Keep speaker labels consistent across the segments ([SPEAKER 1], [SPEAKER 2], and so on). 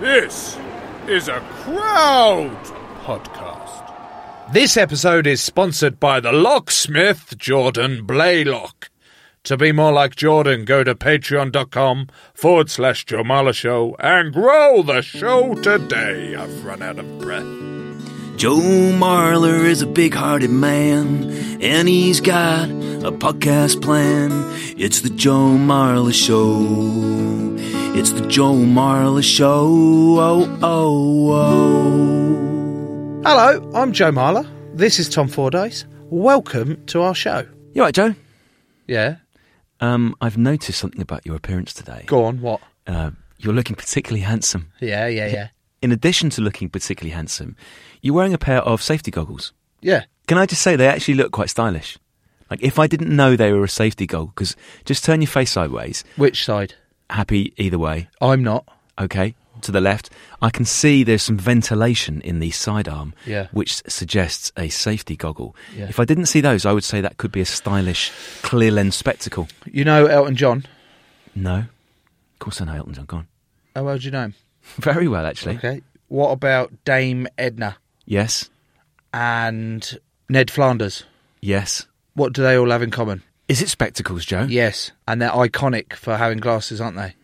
[SPEAKER 1] This is a crowd podcast.
[SPEAKER 2] This episode is sponsored by the locksmith Jordan Blaylock. To be more like Jordan, go to patreon.com forward slash Jomala Show and grow the show today. I've run out of breath.
[SPEAKER 3] Joe Marler is a big hearted man, and he's got a podcast plan. It's the Joe Marler Show. It's the Joe Marler Show. Oh, oh, oh.
[SPEAKER 4] Hello, I'm Joe Marler. This is Tom Fordyce. Welcome to our show.
[SPEAKER 5] You all right, Joe?
[SPEAKER 4] Yeah?
[SPEAKER 5] Um, I've noticed something about your appearance today.
[SPEAKER 4] Go on, what?
[SPEAKER 5] Uh, you're looking particularly handsome.
[SPEAKER 4] Yeah, yeah, yeah.
[SPEAKER 5] In addition to looking particularly handsome, you're wearing a pair of safety goggles.
[SPEAKER 4] Yeah.
[SPEAKER 5] Can I just say they actually look quite stylish? Like, if I didn't know they were a safety goggle, because just turn your face sideways,
[SPEAKER 4] Which side?
[SPEAKER 5] happy either way,
[SPEAKER 4] I'm not.
[SPEAKER 5] okay, to the left, I can see there's some ventilation in the sidearm,
[SPEAKER 4] Yeah.
[SPEAKER 5] which suggests a safety goggle.
[SPEAKER 4] Yeah.
[SPEAKER 5] If I didn't see those, I would say that could be a stylish clear lens spectacle.
[SPEAKER 4] You know Elton John?
[SPEAKER 5] No. Of course I know Elton John. Go on.
[SPEAKER 4] How well do you know him?
[SPEAKER 5] Very well, actually.
[SPEAKER 4] Okay. What about Dame Edna
[SPEAKER 5] Yes.
[SPEAKER 4] and Ned Flanders?
[SPEAKER 5] Yes.
[SPEAKER 4] What do they all have in common?
[SPEAKER 5] Is it spectacles, Joe?
[SPEAKER 4] Yes, and they're iconic for having glasses, aren't they?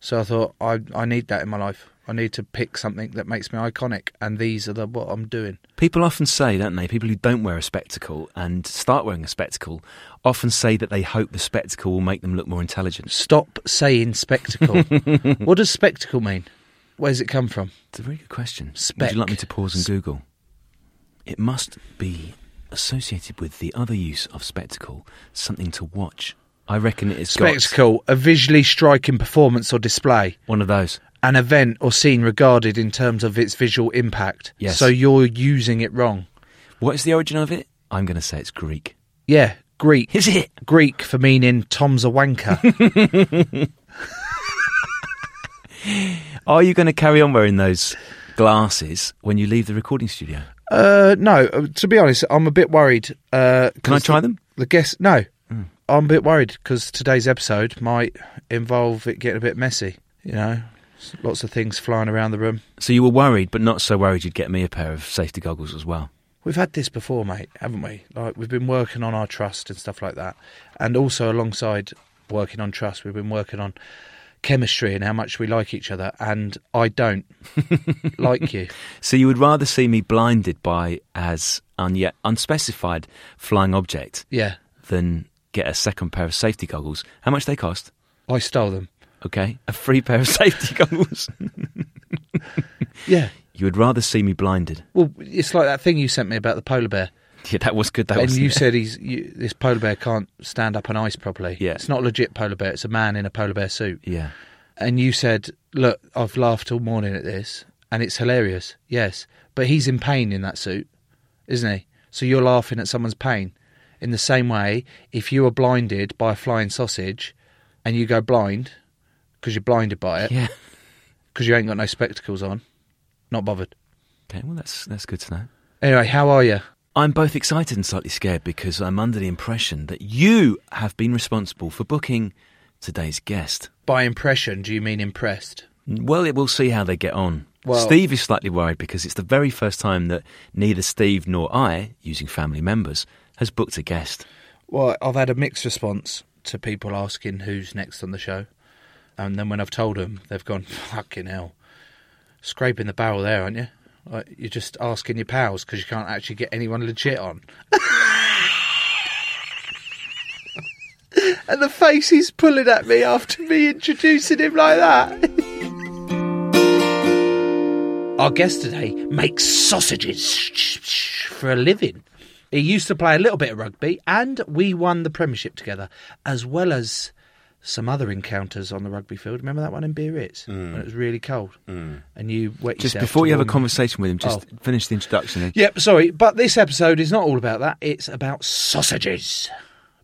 [SPEAKER 4] So I thought I I need that in my life. I need to pick something that makes me iconic, and these are the what I'm doing.
[SPEAKER 5] People often say, don't they? People who don't wear a spectacle and start wearing a spectacle often say that they hope the spectacle will make them look more intelligent.
[SPEAKER 4] Stop saying spectacle. what does spectacle mean? Where's it come from?
[SPEAKER 5] It's a very good question. Would
[SPEAKER 4] Spec.
[SPEAKER 5] you like me to pause and Google? It must be associated with the other use of spectacle, something to watch. I reckon it is
[SPEAKER 4] Spectacle, a visually striking performance or display,
[SPEAKER 5] One of those.
[SPEAKER 4] an event or scene regarded in terms of its visual impact.
[SPEAKER 5] Yes.
[SPEAKER 4] So you're using it wrong.
[SPEAKER 5] What is the origin of it? I'm going to say it's Greek.
[SPEAKER 4] Yeah, Greek.
[SPEAKER 5] Is it?
[SPEAKER 4] Greek for meaning Tom's a wanker.
[SPEAKER 5] Are you going to carry on wearing those glasses when you leave the recording studio?
[SPEAKER 4] uh, no, uh, to be honest, I'm a bit worried. Uh,
[SPEAKER 5] Can I
[SPEAKER 4] 'cause
[SPEAKER 5] try them? Hmm.
[SPEAKER 4] The guest, no. I'm a bit worried because today's episode might involve it getting a bit messy. You know, S- lots of things flying around the room.
[SPEAKER 5] So you were worried, but not so worried you'd get me a pair of safety goggles as well.
[SPEAKER 4] We've had this before, mate, haven't we? Like we've been working on our trust and stuff like that, and also alongside working on trust, we've been working on chemistry and how much we like each other. And I don't like you.
[SPEAKER 5] So you would rather see me blinded by as un- yet unspecified flying object
[SPEAKER 4] Yeah,
[SPEAKER 5] than get a second pair of safety goggles. How much they cost?
[SPEAKER 4] I stole them.
[SPEAKER 5] Okay, a free pair of safety goggles.
[SPEAKER 2] yeah.
[SPEAKER 5] You would rather see me blinded.
[SPEAKER 2] Well, it's like that thing you sent me about the polar bear.
[SPEAKER 5] Yeah, that was good. That
[SPEAKER 2] and
[SPEAKER 5] wasn't
[SPEAKER 2] you
[SPEAKER 5] it?
[SPEAKER 2] said he's you, this polar bear can't stand up on ice properly.
[SPEAKER 5] Yeah.
[SPEAKER 2] it's not a legit polar bear. It's a man in a polar bear suit.
[SPEAKER 5] Yeah.
[SPEAKER 2] and you said, "Look, I've laughed all morning at this, and it's hilarious." Yes, but he's in pain in that suit, isn't he? So you're laughing at someone's pain. In the same way, if you are blinded by a flying sausage, and you go blind because you're blinded by it,
[SPEAKER 5] Yeah.
[SPEAKER 2] because you ain't got no spectacles on, not bothered.
[SPEAKER 5] Okay, well that's that's good to know.
[SPEAKER 2] Anyway, how are you?
[SPEAKER 5] I'm both excited and slightly scared because I'm under the impression that you have been responsible for booking today's guest.
[SPEAKER 2] By impression, do you mean impressed?
[SPEAKER 5] Well, it will see how they get on.
[SPEAKER 2] Well-
[SPEAKER 5] Steve is slightly worried because it's the very first time that neither Steve nor I, using family members, has booked a guest.
[SPEAKER 2] Well, I've had a mixed response to people asking who's next on the show. And then when I've told them, they've gone, fucking hell. Scraping the barrel there, aren't you? Like, you're just asking your pals because you can't actually get anyone legit on. and the face he's pulling at me after me introducing him like that. Our guest today makes sausages for a living. He used to play a little bit of rugby, and we won the Premiership together, as well as some other encounters on the rugby field. Remember that one in Biarritz
[SPEAKER 6] Hmm.
[SPEAKER 2] when it was really cold, and you Oh. wet
[SPEAKER 5] Just
[SPEAKER 2] yourself
[SPEAKER 5] before
[SPEAKER 2] to
[SPEAKER 5] you have a
[SPEAKER 2] warm
[SPEAKER 5] conversation with him, just finish the introduction. and-
[SPEAKER 2] Yep, sorry, but this episode is not all about that. It's about sausages.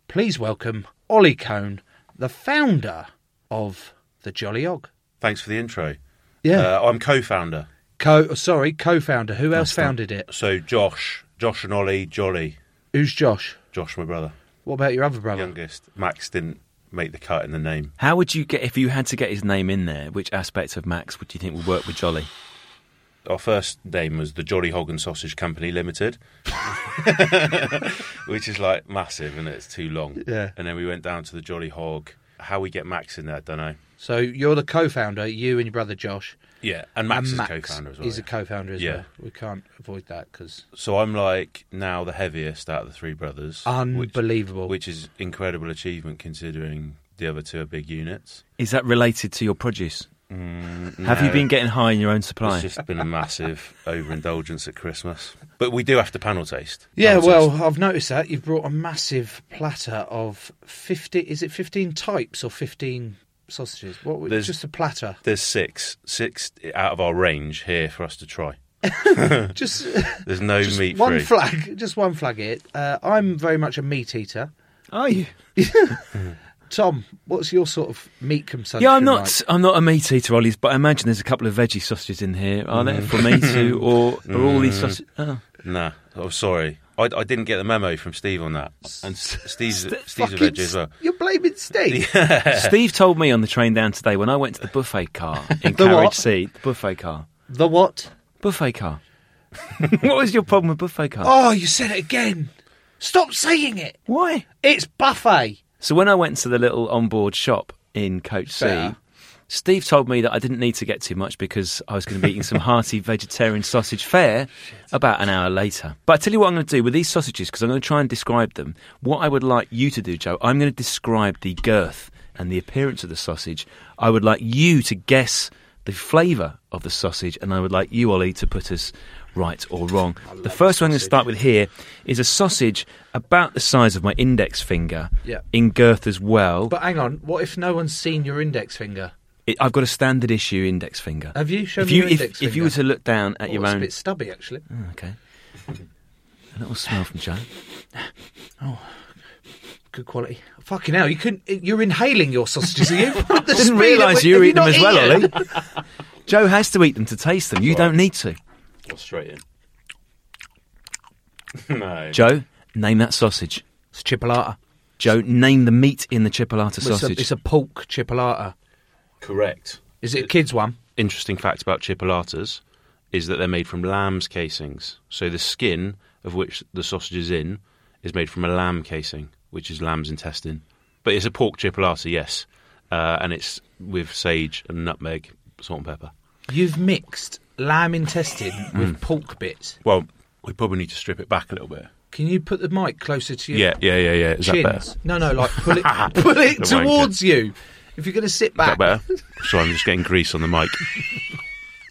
[SPEAKER 2] Please welcome Ollie Cohn, the founder of the Jolly Og.
[SPEAKER 3] Thanks for the intro.
[SPEAKER 2] Yeah.
[SPEAKER 3] Uh, I'm co-founder.
[SPEAKER 2] Co, sorry, co-founder. Who else founded it?
[SPEAKER 3] So Josh, Josh and Ollie, Jolly.
[SPEAKER 2] Who's Josh?
[SPEAKER 3] Josh, my brother,
[SPEAKER 2] What about your other brother?
[SPEAKER 3] youngest. Max didn't make the cut in the name.
[SPEAKER 5] How would you get if you had to get his name in there? Which aspects of Max would you think would work with Jolly?
[SPEAKER 3] Our first name was the Jolly Hog and Sausage Company Limited, which is like massive and it's too long.
[SPEAKER 2] Yeah.
[SPEAKER 3] And then we went down to the Jolly Hog. How we get Max in there, I don't know.
[SPEAKER 2] So you're the co-founder, you and your brother Josh.
[SPEAKER 3] Yeah, and Max is co-founder as well,
[SPEAKER 2] He's
[SPEAKER 3] yeah.
[SPEAKER 2] a co-founder as
[SPEAKER 3] Yeah.
[SPEAKER 2] well. We can't avoid that because
[SPEAKER 3] So I'm like now the heaviest out of the three brothers.
[SPEAKER 2] Unbelievable.
[SPEAKER 3] Which, which is incredible achievement considering the other two are big units.
[SPEAKER 5] Is that related to your produce?
[SPEAKER 3] Mm,
[SPEAKER 5] Have you
[SPEAKER 3] no.
[SPEAKER 5] been getting high in your own supply?
[SPEAKER 3] It's just been a massive overindulgence at Christmas. But we do have to panel taste.
[SPEAKER 2] Yeah,
[SPEAKER 3] Panel
[SPEAKER 2] well,
[SPEAKER 3] taste.
[SPEAKER 2] I've noticed that you've brought a massive platter of fifty. Is it fifteen types or fifteen sausages? What? was-
[SPEAKER 3] There's-
[SPEAKER 2] just a platter.
[SPEAKER 3] there's six, six out of our range here for us to try.
[SPEAKER 2] Just
[SPEAKER 3] There's no
[SPEAKER 2] just
[SPEAKER 3] meat
[SPEAKER 2] One
[SPEAKER 3] free.
[SPEAKER 2] flag. Just one flag. It. Uh, I'm very much a meat eater.
[SPEAKER 5] Are you?
[SPEAKER 2] Tom, what's your sort of meat consumption?
[SPEAKER 5] Yeah, I'm not.
[SPEAKER 2] like?
[SPEAKER 5] I'm not a meat eater, Ollie's, but I imagine there's a couple of veggie sausages in here, are there, for me to, or are all these sausages? Oh.
[SPEAKER 3] Nah, oh, sorry. I, I didn't get the memo from Steve on that. And S- Steve's, Steve's a
[SPEAKER 2] Fucking
[SPEAKER 3] veggie as well.
[SPEAKER 2] s- You're blaming Steve.
[SPEAKER 5] Steve told me on the train down today when I went to the buffet car in
[SPEAKER 2] The
[SPEAKER 5] carriage
[SPEAKER 2] what?
[SPEAKER 5] seat. The buffet car.
[SPEAKER 2] The what?
[SPEAKER 5] Buffet car. what was your problem with buffet car?
[SPEAKER 2] Oh, you said it again. Stop saying it.
[SPEAKER 5] Why?
[SPEAKER 2] It's buffet.
[SPEAKER 5] So when I went to the little onboard shop in Coach C,
[SPEAKER 2] Fair.
[SPEAKER 5] Steve told me that I didn't need to get too much because I was going to be eating some hearty vegetarian sausage fare about an hour later. But I tell you what I'm going to do with these sausages because I'm going to try and describe them. What I would like you to do, Joe, I'm going to describe the girth and the appearance of the sausage. I would like you to guess the flavour of the sausage, and I would like you, Ollie, to put us right or wrong. The first one I'm going to start with here is a sausage about the size of my index finger
[SPEAKER 2] Yeah.
[SPEAKER 5] in girth as well.
[SPEAKER 2] But hang on. What if no one's seen your index finger?
[SPEAKER 5] It, I've got a standard issue index finger.
[SPEAKER 2] Have you shown
[SPEAKER 5] if
[SPEAKER 2] me
[SPEAKER 5] you,
[SPEAKER 2] your
[SPEAKER 5] if,
[SPEAKER 2] index
[SPEAKER 5] If you were
[SPEAKER 2] finger?
[SPEAKER 5] to look down at
[SPEAKER 2] Oh,
[SPEAKER 5] your
[SPEAKER 2] it's
[SPEAKER 5] own,
[SPEAKER 2] a bit stubby, actually.
[SPEAKER 5] Oh, okay. A little smell from Joe.
[SPEAKER 2] Good quality. Fucking hell, you couldn't. You're inhaling your sausages, are you? I
[SPEAKER 5] I didn't realise you were eating them as well, Ollie. Joe has to eat them to taste them. You don't need to.
[SPEAKER 3] Or straight in. no.
[SPEAKER 5] Joe, name that sausage.
[SPEAKER 2] It's chipolata.
[SPEAKER 5] Joe, name the meat in the chipolata sausage.
[SPEAKER 2] It's a, it's a pork chipolata.
[SPEAKER 3] Correct.
[SPEAKER 2] Is it a kid's one?
[SPEAKER 3] Interesting fact about chipolatas is that they're made from lamb's casings. So the skin of which the sausage is in is made from a lamb casing, which is lamb's intestine. But it's a pork chipolata, yes, uh, and it's with sage and nutmeg, salt and pepper.
[SPEAKER 2] You've mixed lamb intestine with pork bits.
[SPEAKER 3] Well, we probably need to strip it back a little bit.
[SPEAKER 2] Can you put the mic closer to your
[SPEAKER 3] Yeah, yeah, yeah, yeah. Is that better?
[SPEAKER 2] chins? Ah.
[SPEAKER 3] Is
[SPEAKER 2] No, no, like pull it, pull it
[SPEAKER 3] wanker.
[SPEAKER 2] towards you. If you're going to sit back,
[SPEAKER 3] that better? Sorry, I'm just getting grease on the mic.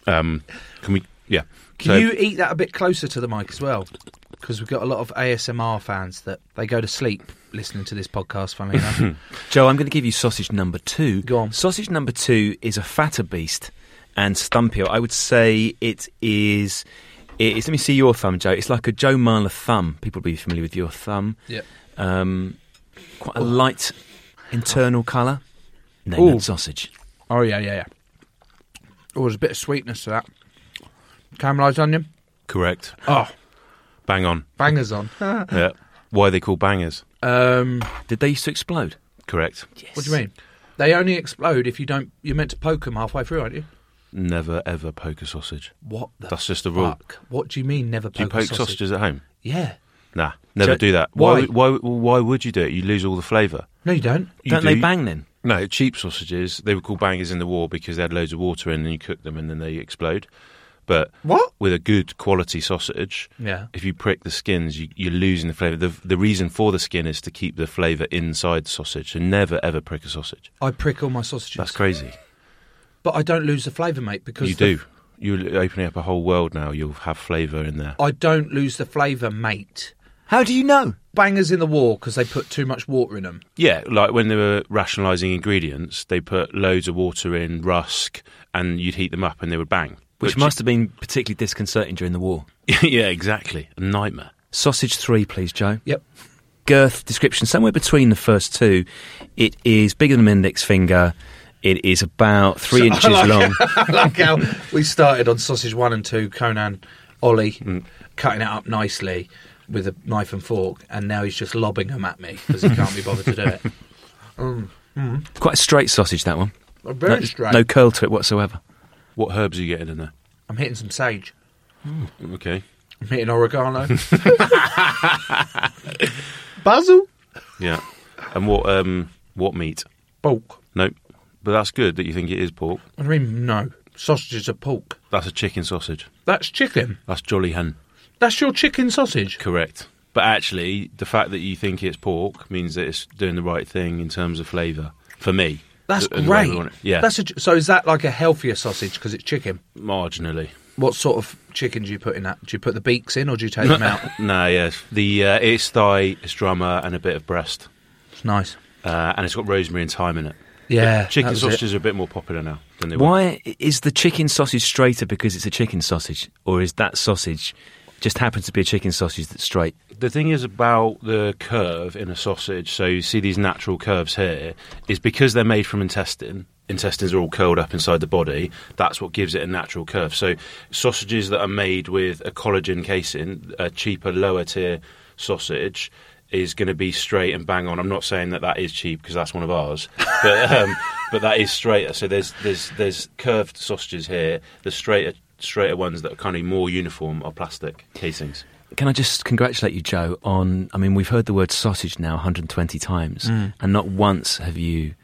[SPEAKER 3] Um, can we? Yeah.
[SPEAKER 2] Can
[SPEAKER 3] So-
[SPEAKER 2] you eat that a bit closer to the mic as well? Because we've got a lot of ASMR fans that they go to sleep listening to this podcast. Funnily enough,
[SPEAKER 5] Joe, I'm going to give you sausage number two. Go on. Sausage number two is a fatter beast and stumpier. I would say it is. It is let me see your thumb, Joe. It's like a Joe Marler thumb. People will be familiar with your thumb.
[SPEAKER 2] Yeah.
[SPEAKER 5] Um, quite a light internal colour. Name
[SPEAKER 2] Ooh.
[SPEAKER 5] that sausage.
[SPEAKER 2] Oh yeah, yeah, yeah. Oh, there's a bit of sweetness to that. Caramelised onion,
[SPEAKER 3] Correct.
[SPEAKER 2] Oh.
[SPEAKER 3] Bang on.
[SPEAKER 2] bangers on.
[SPEAKER 3] Yeah. Why are they called bangers?
[SPEAKER 2] Um,
[SPEAKER 5] Did they used to explode?
[SPEAKER 3] Correct.
[SPEAKER 2] What do you mean? They only explode if you don't. You're meant to poke them halfway through, aren't you?
[SPEAKER 3] Never ever poke a sausage.
[SPEAKER 2] What the
[SPEAKER 3] That's just a rule.
[SPEAKER 2] Fuck? What do you mean? Never poke,
[SPEAKER 3] Do you
[SPEAKER 2] a
[SPEAKER 3] poke
[SPEAKER 2] sausage?
[SPEAKER 3] sausages at home?
[SPEAKER 2] Yeah.
[SPEAKER 3] Nah, never
[SPEAKER 2] Jo-
[SPEAKER 3] do that.
[SPEAKER 2] Why?
[SPEAKER 3] Why? Why? Why would you do it? You lose all the flavour.
[SPEAKER 2] No, you don't.
[SPEAKER 3] You
[SPEAKER 5] Don't they
[SPEAKER 3] do.
[SPEAKER 5] bang then?
[SPEAKER 3] E No, cheap sausages. They were called bangers in the war because they had loads of water in, and you cook them, and then they explode. But
[SPEAKER 2] What?
[SPEAKER 3] with a good quality sausage,
[SPEAKER 2] Yeah.
[SPEAKER 3] if you prick the skins, you, you're losing the flavour. The, the reason for the skin is to keep the flavour inside the sausage. So never ever prick a sausage.
[SPEAKER 2] I prick all my sausages.
[SPEAKER 3] That's crazy.
[SPEAKER 2] But I don't lose the flavour, mate. Because
[SPEAKER 3] You
[SPEAKER 2] the-
[SPEAKER 3] do. You're opening up a whole world now. You'll have flavour in there.
[SPEAKER 2] I don't lose the flavour, mate.
[SPEAKER 5] How do you know?
[SPEAKER 2] Bangers in the war because they put too much water in them.
[SPEAKER 3] Yeah, like when they were rationalising ingredients, they put loads of water in, rusk, and you'd heat them up and they would bang.
[SPEAKER 5] Which must have been particularly disconcerting during the war.
[SPEAKER 3] yeah, exactly. A nightmare.
[SPEAKER 5] Sausage three, please, Joe.
[SPEAKER 2] Yep.
[SPEAKER 5] Girth description somewhere between the first two. It is bigger than an index finger. It is about three
[SPEAKER 2] So-
[SPEAKER 5] inches
[SPEAKER 2] I
[SPEAKER 5] long.
[SPEAKER 2] like- I like how we started on sausage one and two, Conan, Ollie,
[SPEAKER 3] Mm.
[SPEAKER 2] cutting it up nicely with a knife and fork, and now he's just lobbing them at me because he can't be bothered to do it. Mm. Mm.
[SPEAKER 5] Quite a straight sausage, that one.
[SPEAKER 2] A very
[SPEAKER 5] no,
[SPEAKER 2] straight.
[SPEAKER 5] No curl to it whatsoever.
[SPEAKER 3] What herbs are you getting in there?
[SPEAKER 2] I'm hitting some sage.
[SPEAKER 3] Okay.
[SPEAKER 2] I'm hitting oregano. Basil.
[SPEAKER 3] Yeah. And what um what meat?
[SPEAKER 2] Pork.
[SPEAKER 3] Nope. But that's good that you think it is pork.
[SPEAKER 2] What do you mean, no? Sausages are pork.
[SPEAKER 3] That's a chicken sausage.
[SPEAKER 2] That's chicken.
[SPEAKER 3] That's jolly hen.
[SPEAKER 2] That's your chicken sausage.
[SPEAKER 3] Correct. But actually, the fact that you think it's pork means that it's doing the right thing in terms of flavour. For me,
[SPEAKER 2] That's
[SPEAKER 3] And the way we
[SPEAKER 2] great.
[SPEAKER 3] want it. Yeah,
[SPEAKER 2] That's a, ch- so is that like a healthier sausage because it's chicken?
[SPEAKER 3] marginally.
[SPEAKER 2] What sort of chicken do you put in that? Do you put the beaks in or do you take them out?
[SPEAKER 3] no, yes. The uh, it's thigh, it's drummer, and a bit of breast,
[SPEAKER 2] It's nice.
[SPEAKER 3] uh, and it's got rosemary and thyme in it.
[SPEAKER 2] Yeah,
[SPEAKER 3] But chicken
[SPEAKER 2] that was
[SPEAKER 3] sausages are a bit more popular now than they were.
[SPEAKER 5] Why is the chicken sausage straighter because it's a chicken sausage? Or is that sausage just happens to be a chicken sausage that's straight?
[SPEAKER 3] The thing is about the curve in a sausage. So you see these natural curves here is because they're made from intestine. Intestines are all curled up inside the body. That's what gives it a natural curve. So sausages that are made with a collagen casing, a cheaper lower tier sausage. Is going to be straight and bang on. I'm not saying that that is cheap because that's one of ours, but um, but that is straighter. So there's there's there's curved sausages here. The straighter straighter ones that are kind of more uniform are plastic casings.
[SPEAKER 5] Can I just congratulate you, Joe, on. I mean, we've heard the word sausage now 120 times,
[SPEAKER 2] Mm.
[SPEAKER 5] and not once have you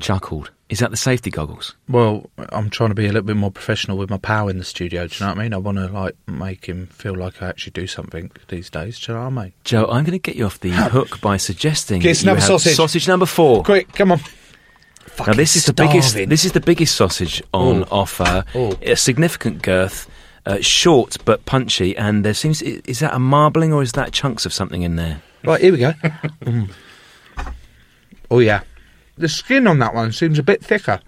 [SPEAKER 5] chuckled. Is that the safety goggles?
[SPEAKER 2] Well, I'm trying to be a little bit more professional with my pal in the studio. Do you know what I mean? I want to like make him feel like I actually do something these days. Do you know what I mean?
[SPEAKER 5] Joe, I'm going to get you off the hook by suggesting
[SPEAKER 2] Get us
[SPEAKER 5] that you
[SPEAKER 2] another
[SPEAKER 5] have
[SPEAKER 2] sausage.
[SPEAKER 5] sausage number four.
[SPEAKER 2] Quick, come on.
[SPEAKER 5] now this is the biggest.
[SPEAKER 2] starving.
[SPEAKER 5] This is the biggest sausage on
[SPEAKER 2] Ooh.
[SPEAKER 5] offer.
[SPEAKER 2] Ooh.
[SPEAKER 5] A significant girth, uh, short but punchy, and there seems i- is that a marbling or is that chunks of something in there?
[SPEAKER 2] Right here we go. Mm. Oh yeah, the skin on that one seems a bit thicker.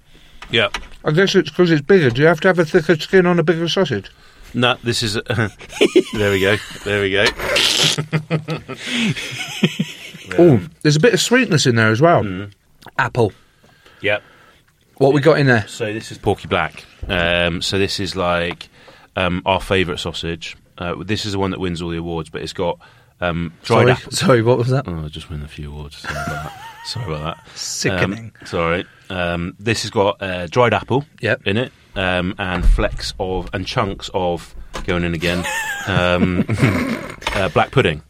[SPEAKER 3] Yeah.
[SPEAKER 2] I guess it's because it's bigger. Do you have to have a thicker skin on a bigger sausage?
[SPEAKER 3] No, this is. there we go. There we go.
[SPEAKER 2] Oh,
[SPEAKER 3] Mm.
[SPEAKER 2] there's a bit of sweetness in there as well. Apple.
[SPEAKER 3] Yep.
[SPEAKER 2] What we got in there?
[SPEAKER 3] So this is Porky Black. Um, so this is like um, our favourite sausage. Uh, this is the one that wins all the awards, but it's got um, dried
[SPEAKER 2] sorry,
[SPEAKER 3] apple.
[SPEAKER 2] sorry, what was
[SPEAKER 5] Um,
[SPEAKER 2] that?
[SPEAKER 3] Oh, I just win a few awards. Sorry about that. Sorry about that.
[SPEAKER 2] Sickening.
[SPEAKER 3] Um, sorry. Um, this has got uh, dried apple
[SPEAKER 2] Yep.
[SPEAKER 3] in it, um, and flecks of and chunks of going in again. Um, uh, black pudding.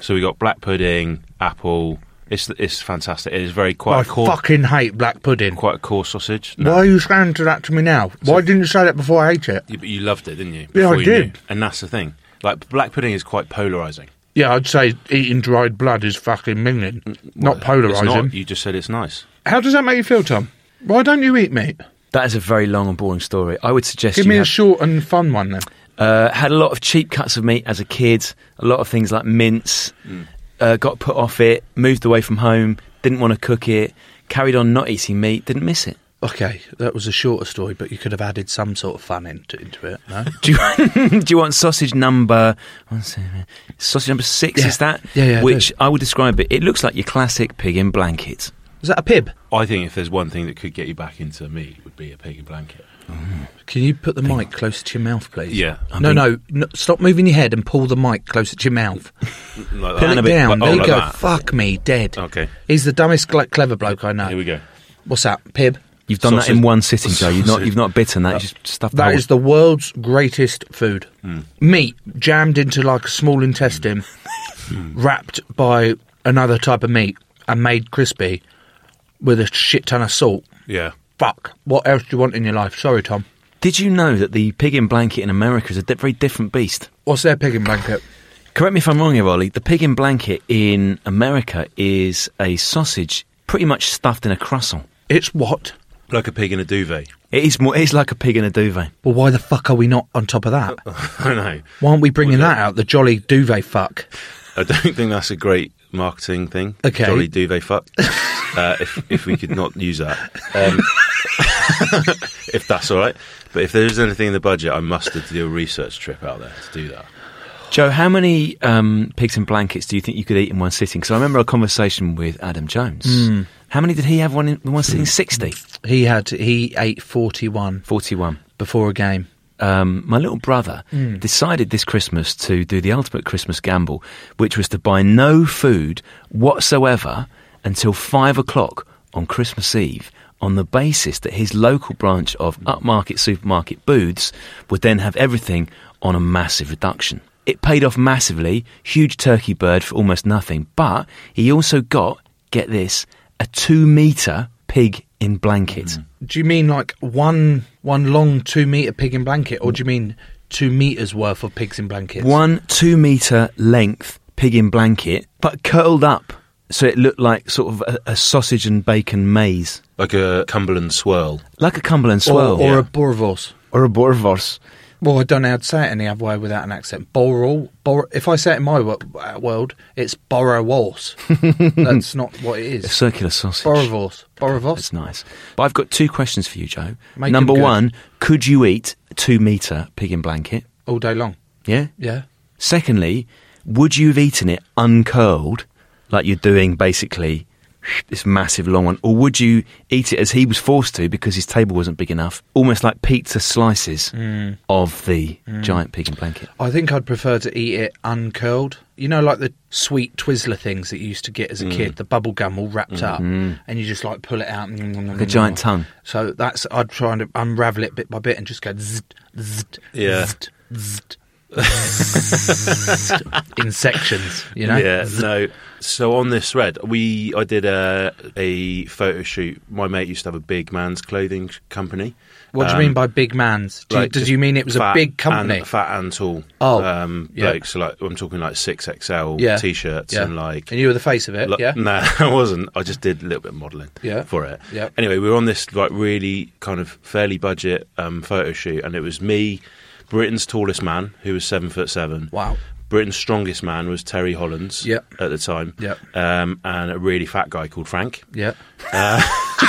[SPEAKER 3] So we got black pudding, apple. It's it's fantastic. It is very quite
[SPEAKER 2] I
[SPEAKER 3] a core,
[SPEAKER 2] fucking hate black pudding.
[SPEAKER 3] quite a core sausage. No,
[SPEAKER 2] Why are you saying to that to me now? Why didn't you say that before I ate it?
[SPEAKER 3] you, but you loved it, didn't you?
[SPEAKER 2] Yeah, I
[SPEAKER 3] Before you
[SPEAKER 2] did.
[SPEAKER 3] knew. And that's the thing. Like black pudding is quite polarizing.
[SPEAKER 2] Yeah, I'd say eating dried blood is fucking mingling, not
[SPEAKER 3] Mm,
[SPEAKER 5] Uh,
[SPEAKER 3] It's not.
[SPEAKER 2] polarising.
[SPEAKER 3] You just said it's nice.
[SPEAKER 2] How does that make you feel, Tom? Why don't you eat meat?
[SPEAKER 5] That is a very long and boring story. I would suggest
[SPEAKER 6] Give
[SPEAKER 5] you
[SPEAKER 6] me a
[SPEAKER 5] have-
[SPEAKER 6] short and fun one then.
[SPEAKER 5] Uh, had a lot of cheap cuts of meat as a kid. A lot of things like mince. Uh, got put off it. Moved away from home. Didn't want to cook it. Carried on not eating meat. Didn't miss it.
[SPEAKER 6] Okay, that was a shorter story, but you could have added some sort of fun into, into it. No?
[SPEAKER 5] Do you, do you want sausage number? one second, Sausage number six
[SPEAKER 6] Yeah.
[SPEAKER 5] is that?
[SPEAKER 6] Yeah, yeah, I
[SPEAKER 5] Which
[SPEAKER 6] do.
[SPEAKER 5] I would describe it. It looks like your classic pig in blanket.
[SPEAKER 6] Is that a pib?
[SPEAKER 2] I think if there's one thing that could get you back into meat, it would be a pig and blanket.
[SPEAKER 6] Mm. Can you put the mic closer to your mouth, please?
[SPEAKER 2] Yeah.
[SPEAKER 6] no,
[SPEAKER 2] I
[SPEAKER 6] no, no. Stop moving your head and pull the mic closer to your mouth.
[SPEAKER 2] Like
[SPEAKER 6] Pull
[SPEAKER 2] that.
[SPEAKER 6] it
[SPEAKER 2] Like-
[SPEAKER 6] down.
[SPEAKER 2] oh,
[SPEAKER 6] there you
[SPEAKER 2] like
[SPEAKER 6] go.
[SPEAKER 2] that.
[SPEAKER 6] Fuck me, dead.
[SPEAKER 2] Okay.
[SPEAKER 6] He's the dumbest, gle- clever bloke I know.
[SPEAKER 2] Here we go.
[SPEAKER 6] What's that, pib?
[SPEAKER 5] You've done that in
[SPEAKER 2] Sausage-
[SPEAKER 5] one sitting, Joe. You've not you've not bitten that. You just stuffed
[SPEAKER 6] That
[SPEAKER 5] whole-
[SPEAKER 6] is the world's greatest food.
[SPEAKER 2] Hmm.
[SPEAKER 6] Meat jammed into like a small intestine,
[SPEAKER 2] Hmm.
[SPEAKER 6] wrapped by another type of meat and made crispy with a shit ton of salt.
[SPEAKER 2] Yeah.
[SPEAKER 6] Fuck. What else do you want in your life? Sorry, Tom.
[SPEAKER 5] Did you know that the pig in blanket in America is a di- very different beast?
[SPEAKER 6] What's their pig in blanket?
[SPEAKER 5] Correct me if I'm wrong here, Ollie. The pig in blanket in America is a sausage pretty much stuffed in a croissant.
[SPEAKER 6] It's what?
[SPEAKER 2] Like a pig in a duvet.
[SPEAKER 5] It is more. It is like a pig in a duvet. Uh,
[SPEAKER 6] Well, why the fuck are we not on top of that?
[SPEAKER 2] I know.
[SPEAKER 6] Why aren't we bringing that out? The jolly duvet fuck.
[SPEAKER 2] I don't think that's a great marketing thing.
[SPEAKER 6] Okay.
[SPEAKER 2] Jolly duvet fuck. uh, if, if we could not use that. Um, if that's all right. But if there is anything in the budget, I must do a research trip out there to do that.
[SPEAKER 5] Joe, how many um, pigs in blankets do you think you could eat in one sitting? Because I remember a conversation with Adam Jones.
[SPEAKER 6] Mm.
[SPEAKER 5] How many did he have one in in one
[SPEAKER 6] Hmm.
[SPEAKER 5] sitting? 60?
[SPEAKER 6] He had he ate forty one
[SPEAKER 5] 41.
[SPEAKER 6] before a game.
[SPEAKER 5] Um, my little brother
[SPEAKER 6] Mm.
[SPEAKER 5] decided this Christmas to do the ultimate Christmas gamble, which was to buy no food whatsoever until five o'clock on Christmas Eve on the basis that his local branch of upmarket supermarket booths would then have everything on a massive reduction. It paid off massively, huge turkey bird for almost nothing, but he also got, get this, a two metre pig in blanket.
[SPEAKER 6] Hmm. Do you mean like one one long two meter pig in blanket, or do you mean two meters worth of pigs in blankets?
[SPEAKER 5] One two meter length pig in blanket, but curled up so it looked like sort of a, a sausage and bacon maze,
[SPEAKER 2] Like a Cumberland swirl.
[SPEAKER 5] like a Cumberland
[SPEAKER 6] or,
[SPEAKER 5] swirl,
[SPEAKER 6] or a Borovos.
[SPEAKER 5] or a Bourvos.
[SPEAKER 6] Well, I don't know how to say it any other way without an accent. Boral. Bor- if I say it in my wo- uh, world, it's Borovos. That's not what it
[SPEAKER 5] a
[SPEAKER 6] is.
[SPEAKER 5] circular sausage.
[SPEAKER 6] Borovos. Borovos.
[SPEAKER 5] That's nice. But I've got two questions for you, Joe.
[SPEAKER 6] Make 'em
[SPEAKER 5] Number
[SPEAKER 6] good.
[SPEAKER 5] one, could you eat two meter pig in blanket?
[SPEAKER 6] All day long.
[SPEAKER 5] Yeah.
[SPEAKER 6] Yeah.
[SPEAKER 5] Secondly, would you have eaten it uncurled, like you're doing basically this massive long one, or would you eat it as he was forced to because his table wasn't big enough, almost like pizza slices of the giant pig and blanket?
[SPEAKER 6] Mm. I think I'd prefer to eat it uncurled. You know, like the sweet Twizzler things that you used to get as a
[SPEAKER 5] Mm.
[SPEAKER 6] kid, the bubble gum all wrapped
[SPEAKER 2] Mm.
[SPEAKER 6] up, and you just like pull it out. And, mm,
[SPEAKER 5] Like a giant tongue.
[SPEAKER 6] So that's I'd try and unravel it bit by bit and just go zzzt, zzzt,
[SPEAKER 2] Yeah.
[SPEAKER 6] zzzt, zzzt, zzzt, in sections. You know,
[SPEAKER 2] Yeah, no. So on this thread, we I did a a photo shoot. My mate used to have a big man's clothing company.
[SPEAKER 6] What do you
[SPEAKER 2] Um,
[SPEAKER 6] mean by big man's? Do you,
[SPEAKER 2] like,
[SPEAKER 6] did
[SPEAKER 2] just
[SPEAKER 6] you mean it was a
[SPEAKER 2] fat
[SPEAKER 6] big company?
[SPEAKER 2] and- fat and tall.
[SPEAKER 6] Oh,
[SPEAKER 2] um,
[SPEAKER 6] yeah.
[SPEAKER 2] blokes. So like I'm talking like six XL
[SPEAKER 6] Yeah.
[SPEAKER 2] t-shirts
[SPEAKER 6] Yeah.
[SPEAKER 2] and like.
[SPEAKER 6] and you were the face of it,
[SPEAKER 2] like-
[SPEAKER 6] yeah.
[SPEAKER 2] Nah, I wasn't. I just did a little bit of modelling
[SPEAKER 6] Yeah.
[SPEAKER 2] for it.
[SPEAKER 6] Yeah.
[SPEAKER 2] Anyway, we were on this like really kind of fairly budget um, photo shoot, and it was me, Britain's tallest man, who was seven foot seven.
[SPEAKER 6] Wow.
[SPEAKER 2] Britain's strongest man was Terry Hollands
[SPEAKER 6] Yeah.
[SPEAKER 2] at the time,
[SPEAKER 6] Yeah.
[SPEAKER 2] um, and a really fat guy called Frank.
[SPEAKER 6] Yeah.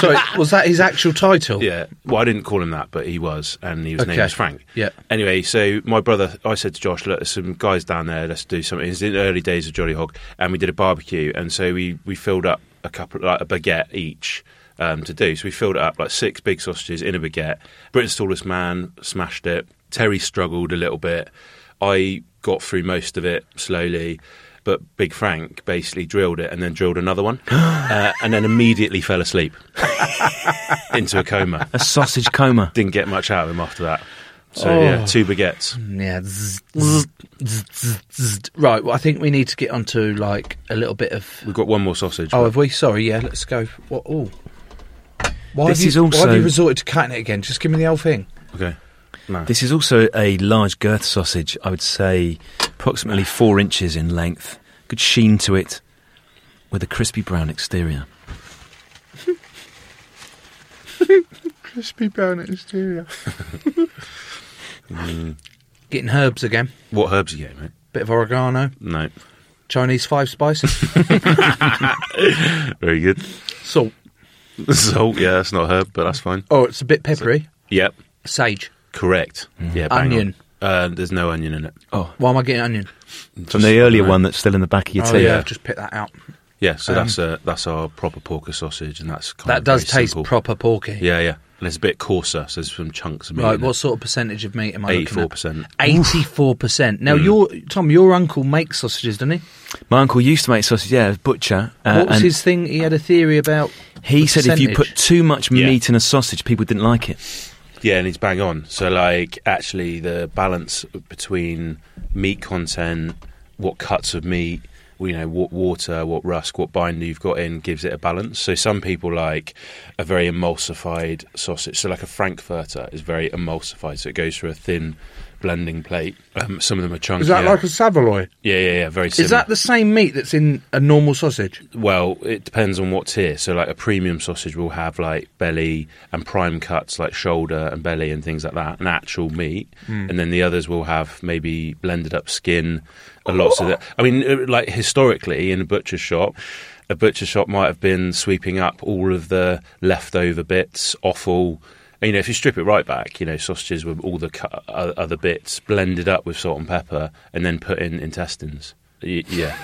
[SPEAKER 6] Sorry, was that his actual title?
[SPEAKER 2] Yeah. Well, I didn't call him that, but he was, and he was
[SPEAKER 6] Okay.
[SPEAKER 2] named as Frank.
[SPEAKER 6] Yeah.
[SPEAKER 2] Anyway, so my brother, I said to Josh, look, there's some guys down there, let's do something. It was in the early days of Jolly Hog, and we did a barbecue, and so we, we filled up a couple, like a baguette each. Um, to do so, we filled it up like six big sausages in a baguette. Britain's tallest man smashed it. Terry struggled a little bit. I got through most of it slowly, but Big Frank basically drilled it and then drilled another one, uh, and then immediately fell asleep into a coma
[SPEAKER 5] A sausage coma.
[SPEAKER 2] didn't get much out of him after that. So yeah, two baguettes.
[SPEAKER 6] Yeah. zzz, zzz, zzz, zzz, zzz. Right. Well, I think we need to get onto like a little bit of.
[SPEAKER 2] We've got one more sausage.
[SPEAKER 6] Oh, have we? Sorry. Yeah. Let's go. What? Oh. Why
[SPEAKER 5] This
[SPEAKER 6] have you,
[SPEAKER 5] is also-
[SPEAKER 6] Why have you resorted to cutting it again? Just give me the whole thing.
[SPEAKER 2] okay. No.
[SPEAKER 5] This is also a large girth sausage, I would say approximately four inches in length. Good sheen to it, with a crispy brown exterior.
[SPEAKER 7] crispy brown at the studio.
[SPEAKER 2] Getting herbs again.
[SPEAKER 5] What herbs are you getting, mate?
[SPEAKER 2] Bit of oregano.
[SPEAKER 5] No.
[SPEAKER 2] Chinese five spices.
[SPEAKER 5] Very good.
[SPEAKER 2] Salt.
[SPEAKER 5] Salt, yeah, that's not a herb, but that's fine.
[SPEAKER 2] Oh, it's a bit peppery.
[SPEAKER 5] Yep.
[SPEAKER 2] Sage. Mm.
[SPEAKER 5] Correct. Yeah, bang
[SPEAKER 2] Onion.
[SPEAKER 5] on. Uh, there's no onion in it.
[SPEAKER 3] Oh,
[SPEAKER 2] Why am I getting onion?
[SPEAKER 3] from the earlier one that's still in the back of your
[SPEAKER 2] oh,
[SPEAKER 3] teeth.
[SPEAKER 2] yeah, I've just picked that out.
[SPEAKER 5] Yeah, so
[SPEAKER 2] Um,
[SPEAKER 5] that's uh, that's our proper porker sausage, and that's kind
[SPEAKER 2] That
[SPEAKER 5] of
[SPEAKER 2] does
[SPEAKER 5] very
[SPEAKER 2] taste
[SPEAKER 5] simple.
[SPEAKER 2] proper porky.
[SPEAKER 5] Yeah, yeah, and it's a bit coarser, so there's some chunks of meat.
[SPEAKER 2] Right,
[SPEAKER 5] in
[SPEAKER 2] what sort of percentage of meat am I
[SPEAKER 5] Eighty-four
[SPEAKER 2] looking
[SPEAKER 5] percent. Mm.
[SPEAKER 2] at? 84%. Now, your Tom, your uncle makes sausages, doesn't he?
[SPEAKER 3] My uncle used to make sausage, yeah, a butcher. uh,
[SPEAKER 2] what was
[SPEAKER 3] and
[SPEAKER 2] his thing? He had a theory about.
[SPEAKER 3] he
[SPEAKER 2] the
[SPEAKER 3] said if you put
[SPEAKER 2] percentage.
[SPEAKER 3] too much meat in a sausage, people didn't like it.
[SPEAKER 5] Yeah, and he's bang on. So, like, actually, the balance between meat content, what cuts of meat, you know, what water, what rusk, what binder you've got in gives it a balance. So, some people like a very emulsified sausage. So, like a frankfurter is very emulsified, so it goes through a thin blending plate. Um, some of them are chunky.
[SPEAKER 7] Is that like a Savoy?
[SPEAKER 5] yeah, yeah, yeah, very. Similar.
[SPEAKER 2] Is that the same meat that's in a normal sausage?
[SPEAKER 5] Well, it depends on what tier. So, like a premium sausage will have like belly and prime cuts, like shoulder and belly and things like that, and actual meat.
[SPEAKER 8] Mm.
[SPEAKER 5] And then the others will have maybe blended up skin, a lot of that. I mean, uh, like historically in a butcher shop, a butcher shop might have been sweeping up all of the leftover bits, offal. And, you know, if you strip it right back, you know, sausages with all the cu- o- other bits blended up with salt and pepper, and then put in intestines. Y- yeah.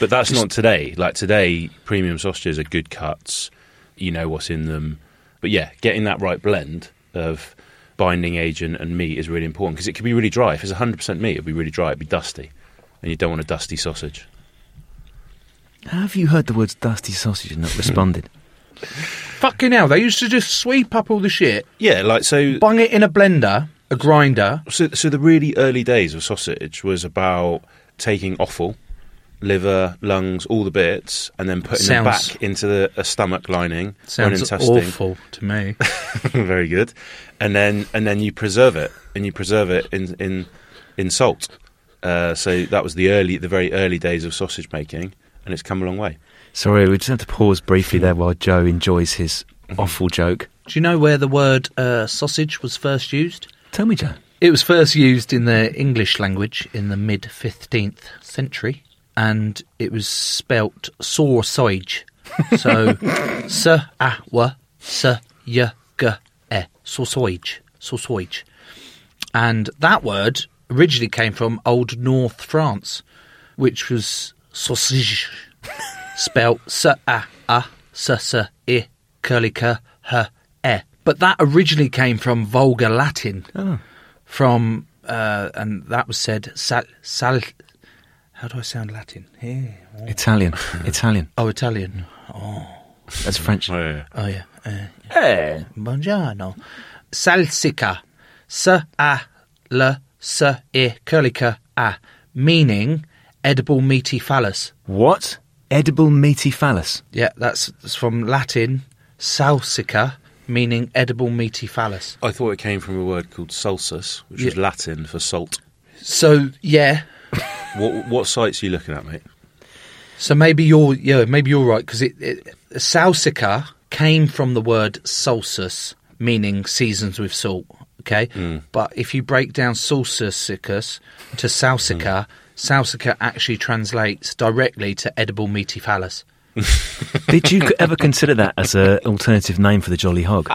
[SPEAKER 5] But that's not today. Like today, premium sausages are good cuts. You know what's in them. But yeah, getting that right blend of binding agent and meat is really important because it can be really dry. If it's 100% meat, it'd be really dry. It'd be dusty. And you don't want a dusty sausage.
[SPEAKER 3] How have you heard the words dusty sausage and not responded?
[SPEAKER 2] Fucking hell, they used to just sweep up all the shit,
[SPEAKER 5] Yeah, like so.
[SPEAKER 2] bung it in a blender, a grinder.
[SPEAKER 5] So, so the really early days of sausage was about taking offal, liver, lungs, all the bits, and then putting them
[SPEAKER 2] Sounds-
[SPEAKER 5] back into the, a stomach lining. or an
[SPEAKER 2] Sounds
[SPEAKER 5] intestine.
[SPEAKER 2] awful to me.
[SPEAKER 5] Very good. And then and then you preserve it, and you preserve it in in in salt. Uh, so that was the early, the very early days of sausage making, and it's come a long way.
[SPEAKER 3] Sorry, we just have to pause briefly there while Joe enjoys his
[SPEAKER 2] Mm-hmm.
[SPEAKER 3] awful joke.
[SPEAKER 2] Do you know where the word uh, sausage was first used?
[SPEAKER 3] Tell me, Joe.
[SPEAKER 2] It was first used in the English language in the mid 15th century, and it was spelt sausage. So, s a w s y g e sausage, sausage, and that word originally came from Old North France, which was sausage, spelt s a a s s i curly k h e. But that originally came from Vulgar Latin
[SPEAKER 3] Ah.
[SPEAKER 2] from uh, and that was said sal sal. How do I sound Latin? Eh, oh.
[SPEAKER 3] Italian. Italian.
[SPEAKER 2] Oh, Italian. Oh,
[SPEAKER 3] That's French.
[SPEAKER 2] oh yeah. Eh, yeah. Buongiorno. Salsica. S a l s i curly c a, meaning edible meaty phallus.
[SPEAKER 3] What? Edible meaty phallus.
[SPEAKER 2] Yeah, that's, that's from Latin salsica, meaning edible meaty phallus.
[SPEAKER 5] I thought it came from a word called salsus, which was
[SPEAKER 2] Yeah.
[SPEAKER 5] Latin for salt.
[SPEAKER 2] So yeah,
[SPEAKER 5] What what sites are you looking at, mate?
[SPEAKER 2] So maybe you're yeah maybe you're right because it, it salsica came from the word salsus meaning seasons with salt. Okay,
[SPEAKER 5] Hmm.
[SPEAKER 2] but if you break down salsicus to salsica,
[SPEAKER 5] Hmm.
[SPEAKER 2] salsica actually translates directly to edible meaty phallus.
[SPEAKER 3] Did you c- ever consider that as an alternative name for the Jolly Hog?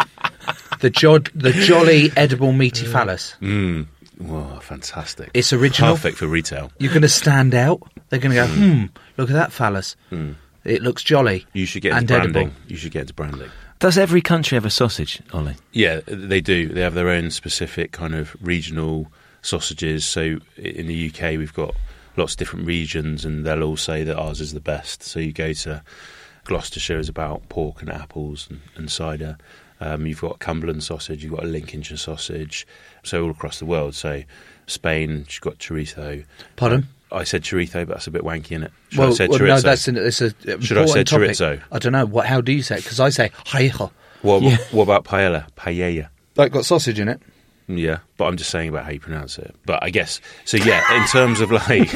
[SPEAKER 2] The jod, the jolly edible
[SPEAKER 5] Hmm.
[SPEAKER 2] meaty phallus.
[SPEAKER 5] Mm. Wow, fantastic!
[SPEAKER 2] It's original.
[SPEAKER 5] perfect for retail.
[SPEAKER 2] You're going to stand out. They're going to go, hmm, look at that phallus. Mm. It looks jolly.
[SPEAKER 5] You should get into
[SPEAKER 2] And
[SPEAKER 5] branding.
[SPEAKER 2] edible.
[SPEAKER 5] You should get into branding.
[SPEAKER 3] Does every country have a sausage, Ollie?
[SPEAKER 5] Yeah, they do. They have their own specific kind of regional sausages. So in the UK, we've got lots of different regions, and they'll all say that ours is the best. So you go to Gloucestershire is about pork and apples and, and cider. Um, you've got Cumberland sausage, you've got a Lincolnshire sausage. So all across the world. So Spain, she's got chorizo. Uh,
[SPEAKER 2] Pardon?
[SPEAKER 5] I said chorizo, but that's a bit wanky, isn't it? Should
[SPEAKER 2] well,
[SPEAKER 5] I say
[SPEAKER 2] well,
[SPEAKER 5] chorizo?
[SPEAKER 2] no, that's an, it's a
[SPEAKER 5] Should I say
[SPEAKER 2] important topic.
[SPEAKER 5] chorizo?
[SPEAKER 2] I don't know. What? How do you say it? Because I say hayeha.
[SPEAKER 5] What, what about paella? Paella.
[SPEAKER 2] That got sausage in it.
[SPEAKER 5] Yeah, but I'm just saying about how you pronounce it. But I guess so. Yeah, in terms of like,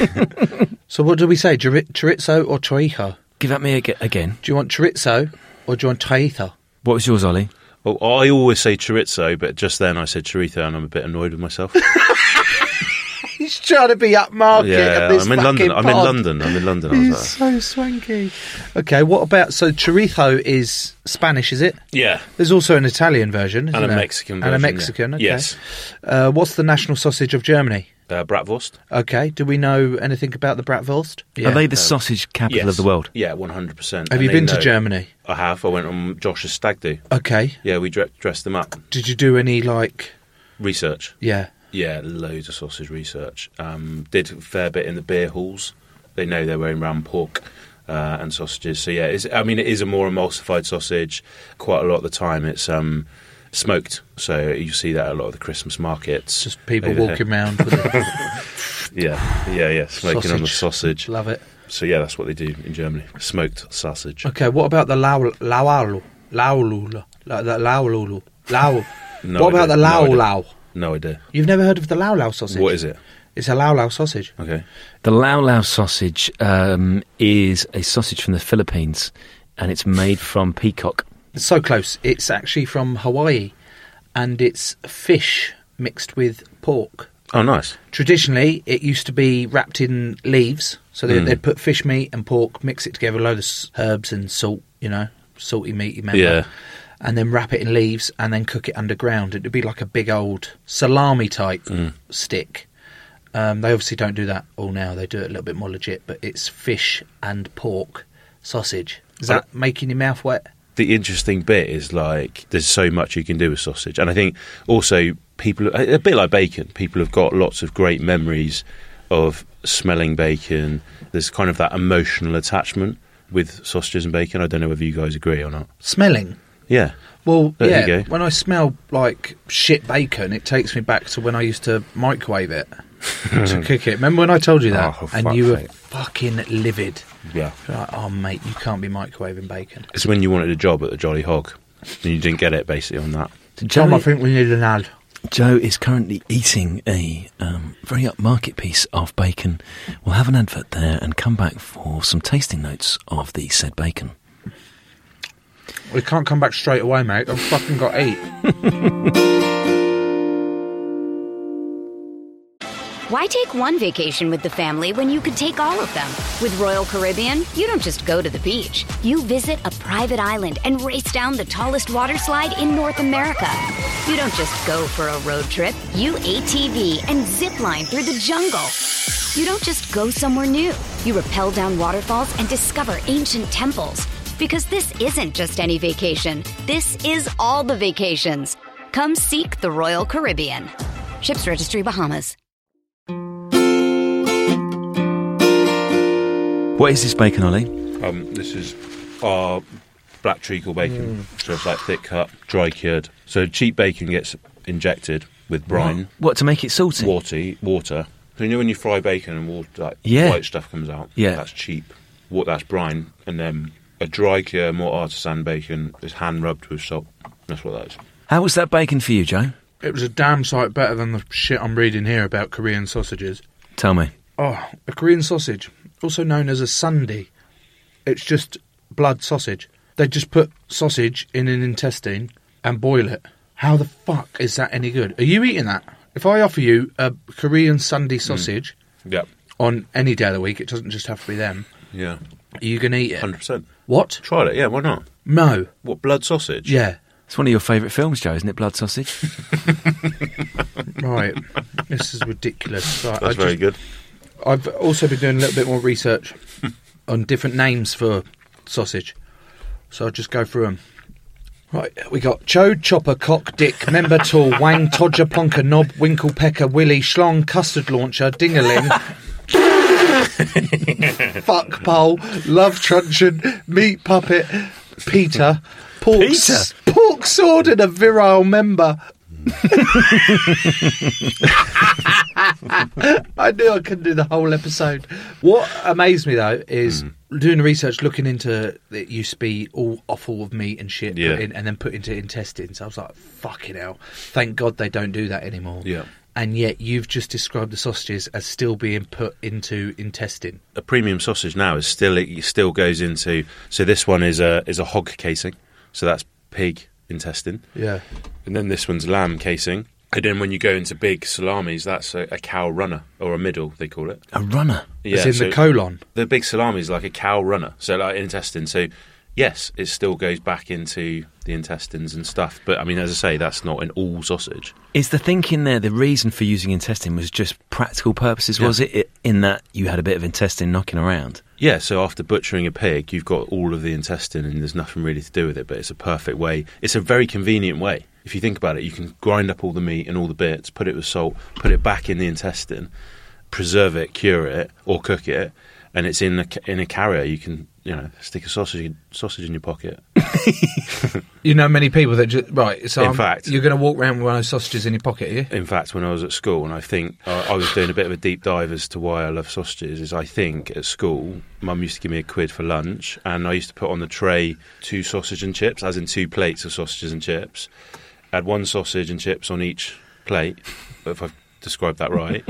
[SPEAKER 2] So what do we say? Chori- Chorizo or chorizo?
[SPEAKER 3] Give that me ag- again.
[SPEAKER 2] Do you want chorizo or do you want chorizo?
[SPEAKER 3] What was yours, Ollie?
[SPEAKER 5] Well, I always say chorizo, but just then I said chorizo, and I'm a bit annoyed with myself.
[SPEAKER 2] He's trying to be upmarket.
[SPEAKER 5] yeah,
[SPEAKER 2] of this
[SPEAKER 5] I'm in London.
[SPEAKER 2] fucking
[SPEAKER 5] I'm in
[SPEAKER 2] pod.
[SPEAKER 5] London. I'm in London. I was
[SPEAKER 2] He's
[SPEAKER 5] like,
[SPEAKER 2] so swanky. Okay, what about so chorizo is Spanish, is it?
[SPEAKER 5] Yeah.
[SPEAKER 2] There's also an Italian version isn't
[SPEAKER 5] And a
[SPEAKER 2] there?
[SPEAKER 5] Mexican
[SPEAKER 2] And a
[SPEAKER 5] version, yeah.
[SPEAKER 2] Mexican. Okay.
[SPEAKER 5] Yes.
[SPEAKER 2] Uh, what's the national sausage of Germany?
[SPEAKER 5] uh, bratwurst.
[SPEAKER 2] Okay. Do we know anything about the bratwurst?
[SPEAKER 3] Are they the sausage capital
[SPEAKER 5] Yes.
[SPEAKER 3] of the world?
[SPEAKER 5] Yeah, one hundred percent.
[SPEAKER 2] Have you been to Germany?
[SPEAKER 5] I have. I went on Josh's stag do.
[SPEAKER 2] Okay.
[SPEAKER 5] Yeah, we dre- dressed them up.
[SPEAKER 2] Did you do any like?
[SPEAKER 5] Research.
[SPEAKER 2] Yeah.
[SPEAKER 5] Yeah, loads of sausage research. Um, did a fair bit in the beer halls. They know they're wearing round pork uh, and sausages. So yeah, it's, I mean it is a more emulsified sausage. Quite a lot of the time, it's um, smoked. So you see that at a lot of the Christmas markets. Just
[SPEAKER 2] People walking round with a
[SPEAKER 5] Yeah, yeah, yeah. Smoking on the
[SPEAKER 2] Sausage.
[SPEAKER 5] sausage.
[SPEAKER 2] Love it.
[SPEAKER 5] So yeah, that's what they do in Germany. Smoked sausage.
[SPEAKER 2] Okay, what about the lau laualu laulula la, the laululu lau?
[SPEAKER 5] No
[SPEAKER 2] what about
[SPEAKER 5] idea.
[SPEAKER 2] the lau
[SPEAKER 5] No idea.
[SPEAKER 2] lau?
[SPEAKER 5] No idea.
[SPEAKER 2] You've never heard of the lau lau sausage?
[SPEAKER 5] What is it?
[SPEAKER 2] It's a lau lau sausage.
[SPEAKER 5] Okay.
[SPEAKER 3] The Lao Lao sausage um, is a sausage from the Philippines and it's made from peacock.
[SPEAKER 2] It's so close. It's actually from Hawaii, and it's fish mixed with pork.
[SPEAKER 5] Oh, nice.
[SPEAKER 2] Traditionally, it used to be wrapped in leaves, so they,
[SPEAKER 5] Mm.
[SPEAKER 2] they'd put fish meat and pork, mix it together, a load of s- herbs and salt, you know, salty meaty member,
[SPEAKER 5] Yeah.
[SPEAKER 2] and then wrap it in leaves and then cook it underground. It'd be like a big old salami type
[SPEAKER 5] Hmm.
[SPEAKER 2] stick. Um, they obviously don't do that all now. They do it a little bit more legit, but it's fish and pork sausage. Is
[SPEAKER 5] I-
[SPEAKER 2] that making your mouth wet?
[SPEAKER 5] the interesting bit is like there's so much you can do with sausage, and I think also people a bit like bacon. People have got lots of great memories of smelling bacon. There's kind of that emotional attachment with sausages and bacon. I don't know whether you guys agree or not.
[SPEAKER 2] Smelling.
[SPEAKER 5] Yeah,
[SPEAKER 2] Well,
[SPEAKER 5] There
[SPEAKER 2] yeah.
[SPEAKER 5] you go.
[SPEAKER 2] When I smell like shit bacon, it takes me back to when I used to microwave it to cook it. Remember when I told you that,
[SPEAKER 5] Oh, for
[SPEAKER 2] and
[SPEAKER 5] fuck's
[SPEAKER 2] you were
[SPEAKER 5] sake.
[SPEAKER 2] fucking livid.
[SPEAKER 5] yeah.
[SPEAKER 2] You're like, oh mate, you can't be microwaving bacon.
[SPEAKER 5] It's when you wanted a job at the Jolly Hog, and you didn't get it basically on that.
[SPEAKER 3] So
[SPEAKER 2] Tom, I
[SPEAKER 3] Joe,
[SPEAKER 2] think we need an ad.
[SPEAKER 3] Joe is currently eating a um, very upmarket piece of bacon. We'll have an advert there and come back for some tasting notes of the said bacon.
[SPEAKER 2] We can't come back straight away, mate. I've fucking got eight.
[SPEAKER 9] Why take one vacation with the family when you could take all of them? With Royal Caribbean, you don't just go to the beach. You visit a private island and race down the tallest water slide in North America. You don't just go for a road trip. You ATV and zip line through the jungle. You don't just go somewhere new. You rappel down waterfalls and discover ancient temples. Because this isn't just any vacation. This is all the vacations. Come seek the Royal Caribbean. Ships Registry Bahamas.
[SPEAKER 3] What is this bacon, Ollie?
[SPEAKER 5] Um, this is our black treacle bacon, so it's like thick cut, dry cured. So cheap bacon gets injected with brine.
[SPEAKER 3] What, to make it salty?
[SPEAKER 5] water, water. So you know when you fry bacon and water, like
[SPEAKER 3] Yeah.
[SPEAKER 5] white stuff comes out.
[SPEAKER 3] Yeah.
[SPEAKER 5] that's cheap. What that's brine, and then a dry cure, more artisan bacon is hand rubbed with salt. That's what that is.
[SPEAKER 3] How was that bacon for you, Joe?
[SPEAKER 2] It was a damn sight better than the shit I'm reading here about Korean sausages.
[SPEAKER 3] Tell me.
[SPEAKER 2] Oh, a Korean sausage, also known as a sundae. It's just blood sausage. They just put sausage in an intestine and boil it. How the fuck is that any good? Are you eating that? If I offer you a Korean sundae sausage
[SPEAKER 5] Yep.
[SPEAKER 2] on any day of the week, it doesn't just have to be them.
[SPEAKER 5] Yeah.
[SPEAKER 2] Are you gonna eat it?
[SPEAKER 5] Hundred percent.
[SPEAKER 2] What?
[SPEAKER 5] Tried it. Yeah. Why not?
[SPEAKER 2] No.
[SPEAKER 5] What blood sausage?
[SPEAKER 2] Yeah.
[SPEAKER 3] It's one of your favourite films, Joe, isn't it? Blood Sausage.
[SPEAKER 2] Right. this is ridiculous. Right, I
[SPEAKER 5] That's very
[SPEAKER 2] just-
[SPEAKER 5] good.
[SPEAKER 2] I've also been doing a little bit more research on different names for sausage. So I'll just go through them. Right, we got Chode, Chopper, Cock, Dick, Member Tool, Wang, Todger, Plonker, Knob, Winkle, Pecker, Willy, Schlong, Custard Launcher, Dingaling. Fuck Pole, Love Truncheon, Meat Puppet, Peter, Pork,
[SPEAKER 3] Peter?
[SPEAKER 2] pork Sword, and a Virile Member. I knew I couldn't do the whole episode. What amazed me though is doing the research, looking into it used to be all offal of meat and shit, put
[SPEAKER 5] Yeah.
[SPEAKER 2] in, and then put into intestines. I was like, fucking hell! Thank God they don't do that anymore.
[SPEAKER 5] Yeah.
[SPEAKER 2] And yet you've just described the sausages as still being put into intestine.
[SPEAKER 5] A premium sausage now is still it still goes into. So this one is a is a hog casing. So that's pig intestine.
[SPEAKER 2] Yeah.
[SPEAKER 5] And then this one's lamb casing. And then when you go into big salamis, that's a, a cow runner or a middle, they call it.
[SPEAKER 3] A runner?
[SPEAKER 2] It's in the colon.
[SPEAKER 5] The big salami is like a cow runner, so like intestine. So yes, it still goes back into the intestines and stuff. But I mean, as I say, that's not in all sausage.
[SPEAKER 3] Is the thinking there the reason for using intestine was just practical purposes?
[SPEAKER 5] Yeah.
[SPEAKER 3] Was it, it in that you had a bit of intestine knocking around?
[SPEAKER 5] Yeah, so after butchering a pig, you've got all of the intestine and there's nothing really to do with it, but it's a perfect way. It's a very convenient way. If you think about it, you can grind up all the meat and all the bits, put it with salt, put it back in the intestine, preserve it, cure it, or cook it, and it's in a, ca- in a carrier. You can, you know, stick a sausage sausage in your pocket.
[SPEAKER 2] You know many people that just right. So
[SPEAKER 5] In
[SPEAKER 2] I'm-
[SPEAKER 5] fact-
[SPEAKER 2] you're going to walk around with one of those sausages in your pocket, are you?
[SPEAKER 5] In fact, when I was at school, and I think uh, I I was doing a bit of a deep dive as to why I love sausages, is I think at school, mum used to give me a quid for lunch, and I used to put on the tray two sausage and chips, as in two plates of sausages and chips. Had one sausage and chips on each plate, if I've described that right.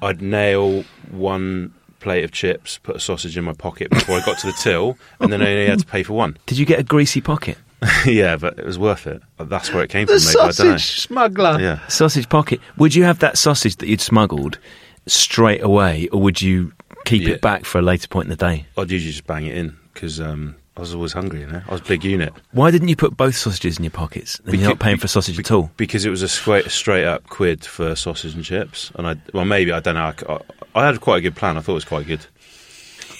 [SPEAKER 5] I'd nail one plate of chips, put a sausage in my pocket before I got to the till, and then I only had to pay for one.
[SPEAKER 3] Did you get a greasy pocket?
[SPEAKER 5] yeah, but it was worth it. That's where it came
[SPEAKER 2] The
[SPEAKER 5] from, maybe. I don't know.
[SPEAKER 2] sausage smuggler.
[SPEAKER 5] Yeah.
[SPEAKER 3] Sausage pocket. Would you have that sausage that you'd smuggled straight away, or would you keep
[SPEAKER 5] Yeah.
[SPEAKER 3] it back for a later point in the day?
[SPEAKER 5] I'd usually just bang it in because um, I was always hungry, you know. I was a big unit.
[SPEAKER 3] Why didn't you put both sausages in your pockets? Then you're
[SPEAKER 5] Becau-
[SPEAKER 3] not paying for sausage at all.
[SPEAKER 5] Because it was a straight, straight up quid for sausage and chips. And I, well, maybe, I don't know. I c- I, I had quite a good plan. I thought it was quite good.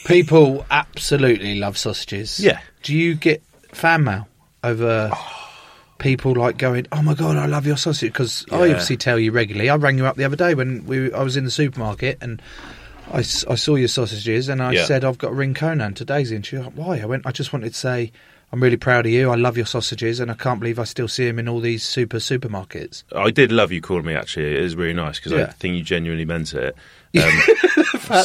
[SPEAKER 2] People absolutely love sausages.
[SPEAKER 5] Yeah. Oh.
[SPEAKER 2] Do you get fan mail over people like going, "Oh my god, I love your sausage"? Because I
[SPEAKER 5] Yeah.
[SPEAKER 2] obviously tell you regularly. I rang you up the other day when we I was in the supermarket and. I, s- I saw your sausages and I
[SPEAKER 5] Yeah.
[SPEAKER 2] said I've got a ring Conan to Daisy and she was like, why I went I just wanted to say I'm really proud of you I love your sausages and I can't believe I still see them in all these super supermarkets
[SPEAKER 5] I did love you calling me, actually. It is really nice because I
[SPEAKER 2] Yeah.
[SPEAKER 5] think you genuinely meant it. Um,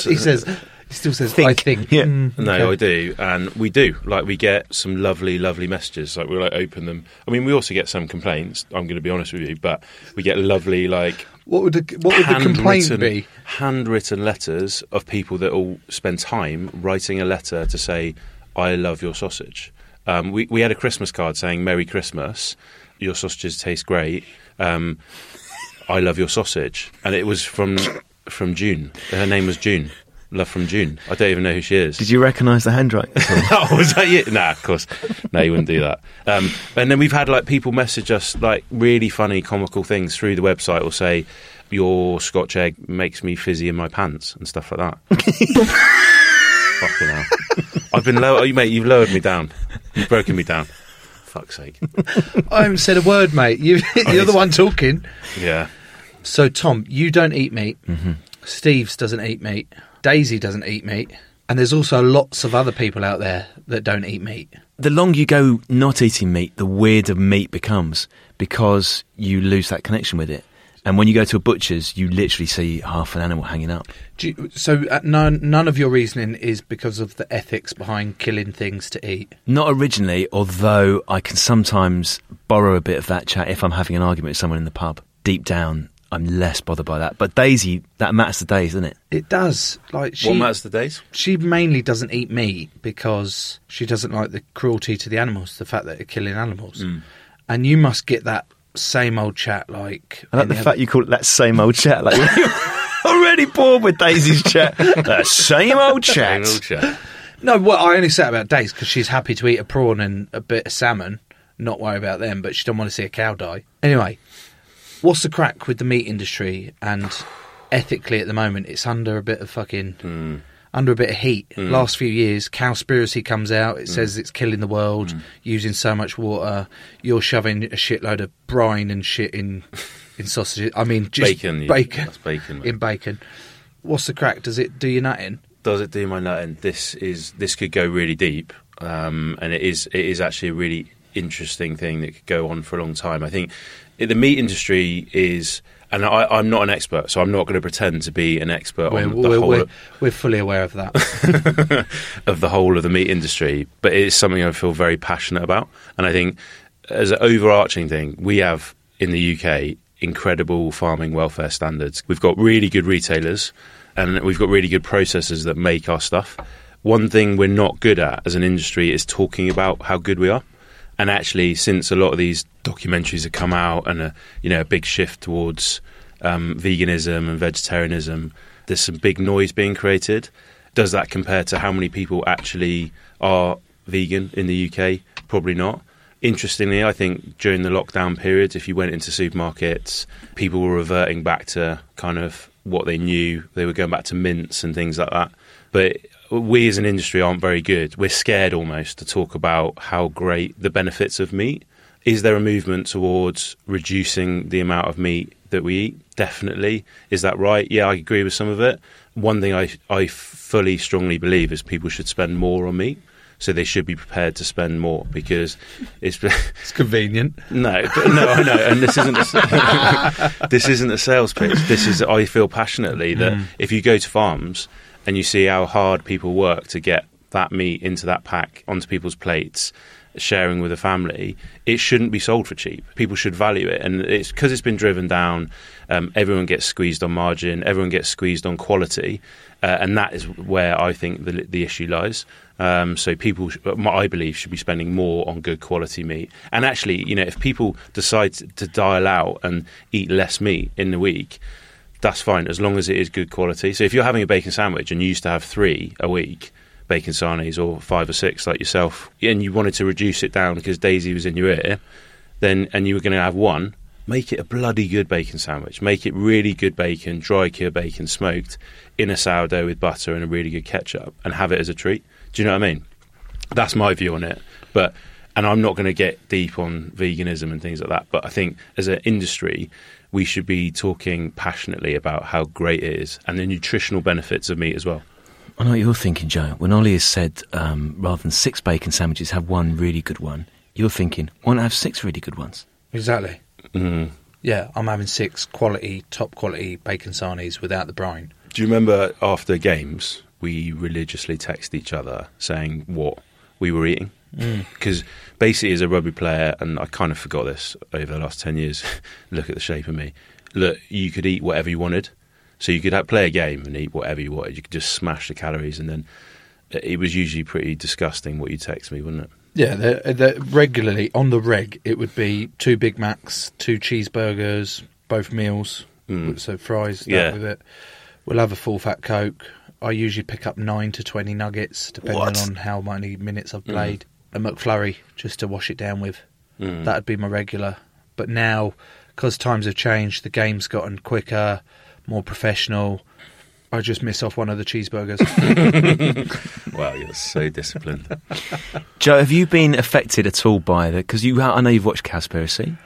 [SPEAKER 2] he says he still says I think
[SPEAKER 3] Yeah.
[SPEAKER 2] Mm,
[SPEAKER 5] No,
[SPEAKER 2] okay.
[SPEAKER 5] I do, and we do. Like we get some lovely, lovely messages. Like we like open them. I mean, we also get some complaints. I'm going to be honest with you, but we get lovely like
[SPEAKER 2] what would the what would the complaint
[SPEAKER 5] handwritten-
[SPEAKER 2] be
[SPEAKER 5] Handwritten letters of people that all spend time writing a letter to say, "I love your sausage." Um, we we had a Christmas card saying, "Merry Christmas, your sausages taste great." Um, I love your sausage, and it was from from June. Her name was June. Love from June. I don't even know who she is.
[SPEAKER 3] Did you recognise the handwriting? at all?
[SPEAKER 5] oh, was that you? Nah, of course. No, you wouldn't do that. Um, and then we've had like people message us like really funny, comical things through the website or say, Your Scotch egg makes me fizzy in my pants and stuff like that. Fucking hell. I've been low. Oh, you mate, you've lowered me down. You've broken me down. Fuck's sake. Oh,
[SPEAKER 2] I haven't said a word, mate. You, you're the one talking.
[SPEAKER 5] Yeah. Mm-hmm.
[SPEAKER 2] So, Tom, you don't eat meat. Steve's doesn't eat meat. Daisy doesn't eat meat. And there's also lots of other people out there that don't eat meat.
[SPEAKER 3] the longer you go not eating meat, the weirder meat becomes because you lose that connection with it. And when you go to a butcher's, you literally see half an animal hanging up.
[SPEAKER 2] Do you, so, uh, none, none of your reasoning is because of the ethics behind killing things to eat.
[SPEAKER 3] Not originally, although I can sometimes borrow a bit of that chat if I'm having an argument with someone in the pub. Deep down, I'm less bothered by that. But Daisy, that matters to days, doesn't it?
[SPEAKER 2] It does. Like she,
[SPEAKER 5] what matters the days?
[SPEAKER 2] she mainly doesn't eat meat because she doesn't like the cruelty to the animals, the fact that they're killing animals. And you must get that same old chat, like
[SPEAKER 3] I like
[SPEAKER 2] any
[SPEAKER 3] the
[SPEAKER 2] other-
[SPEAKER 3] fact you call it that same old chat. Like, you're already bored with Daisy's chat. That same old chat.
[SPEAKER 2] No, well, I only said about days because she's happy to eat a prawn and a bit of salmon, not worry about them, but she don't want to see a cow die. Anyway, what's the crack with the meat industry and ethically at the moment? It's under a bit of fucking. Under a bit of heat. Last few years, cowspiracy comes out. It says it's killing the world, using so much water. You're shoving a shitload of brine and shit in, in sausages. I mean, just
[SPEAKER 5] Bacon, you-
[SPEAKER 2] bacon,
[SPEAKER 5] that's bacon, mate.
[SPEAKER 2] in bacon. What's the crack? Does it do you nut in?
[SPEAKER 5] does it do my nut? And this is this could go really deep, um, and it is it is actually a really interesting thing that could go on for a long time. I think i- the meat industry is, and I, I'm not an expert, so I'm not going to pretend to be an expert
[SPEAKER 2] We're,
[SPEAKER 5] on the
[SPEAKER 2] we're,
[SPEAKER 5] whole
[SPEAKER 2] we're,
[SPEAKER 5] of-
[SPEAKER 2] we're fully aware of that.
[SPEAKER 5] of the whole of the meat industry, but it is something I feel very passionate about. And I think, as an overarching thing, we have in the UK incredible farming welfare standards. We've got really good retailers and we've got really good processors that make our stuff. One thing we're not good at as an industry is talking about how good we are. And actually, since a lot of these documentaries have come out and a you know a big shift towards um, veganism and vegetarianism, there's some big noise being created. Does that compare to how many people actually are vegan in the UK? Probably not. Interestingly, I think during the lockdown period, if you went into supermarkets, people were reverting back to kind of what they knew. They were going back to mints and things like that. But we as an industry aren't very good. We're scared almost to talk about how great the benefits of meat. Is there a movement towards reducing the amount of meat that we eat? Definitely. Is that right? Yeah, I agree with some of it. One thing I, I fully strongly believe is people should spend more on meat. So they should be prepared to spend more because it's
[SPEAKER 2] it's convenient.
[SPEAKER 5] No, but no, I know, and this isn't a, this isn't a sales pitch. This is I feel passionately that
[SPEAKER 2] Mm.
[SPEAKER 5] if you go to farms and you see how hard people work to get that meat into that pack onto people's plates, sharing with a family, it shouldn't be sold for cheap. People should value it, and it's because it's been driven down. Um, everyone gets squeezed on margin. Everyone gets squeezed on quality, uh, and that is where I think the the issue lies. Um, so people, sh- I believe, should be spending more on good quality meat. And actually, you know, if people decide to dial out and eat less meat in the week, that's fine as long as it is good quality. So if you're having a bacon sandwich and you used to have three a week, bacon sarnies or five or six like yourself, and you wanted to reduce it down because Daisy was in your ear, then and you were going to have one, make it a bloody good bacon sandwich. Make it really good bacon, dry cured bacon, smoked in a sourdough with butter and a really good ketchup, and have it as a treat. Do you know what I mean? That's my view on it. But and I'm not going to get deep on veganism and things like that. But I think as an industry, we should be talking passionately about how great it is and the nutritional benefits of meat as well.
[SPEAKER 10] I know what you're thinking, Joe. When Ollie has said, um, rather than six bacon sandwiches, have one really good one, you're thinking, why not have six really good ones?
[SPEAKER 2] Exactly.
[SPEAKER 5] Mm.
[SPEAKER 2] Yeah, I'm having six quality, top quality bacon sarnies without the brine.
[SPEAKER 5] Do you remember after games we religiously text each other saying what we were eating?
[SPEAKER 2] Mm.
[SPEAKER 5] Because basically, as a rugby player, and I kind of forgot this over the last ten years. look at the shape of me. Look, you could eat whatever you wanted, so you could have, play a game and eat whatever you wanted. You could just smash the calories, and then it was usually pretty disgusting what you text me, wasn't it?
[SPEAKER 2] Yeah, they they regularly on the reg, it would be two Big Macs, two cheeseburgers, both meals,
[SPEAKER 5] Mm.
[SPEAKER 2] so fries. that
[SPEAKER 5] Yeah.
[SPEAKER 2] with it. We'll have a full fat Coke. I usually pick up nine to twenty nuggets, depending
[SPEAKER 5] What?
[SPEAKER 2] on how many minutes I've
[SPEAKER 5] Mm.
[SPEAKER 2] played. A McFlurry just to wash it down with.
[SPEAKER 5] Mm.
[SPEAKER 2] That'd be my regular. But now, because times have changed, the game's gotten quicker, more professional. I just miss off one of the cheeseburgers.
[SPEAKER 5] Wow, you're so disciplined.
[SPEAKER 10] Joe, have you been affected at all by the? Because you, I know you've watched Cowspiracy.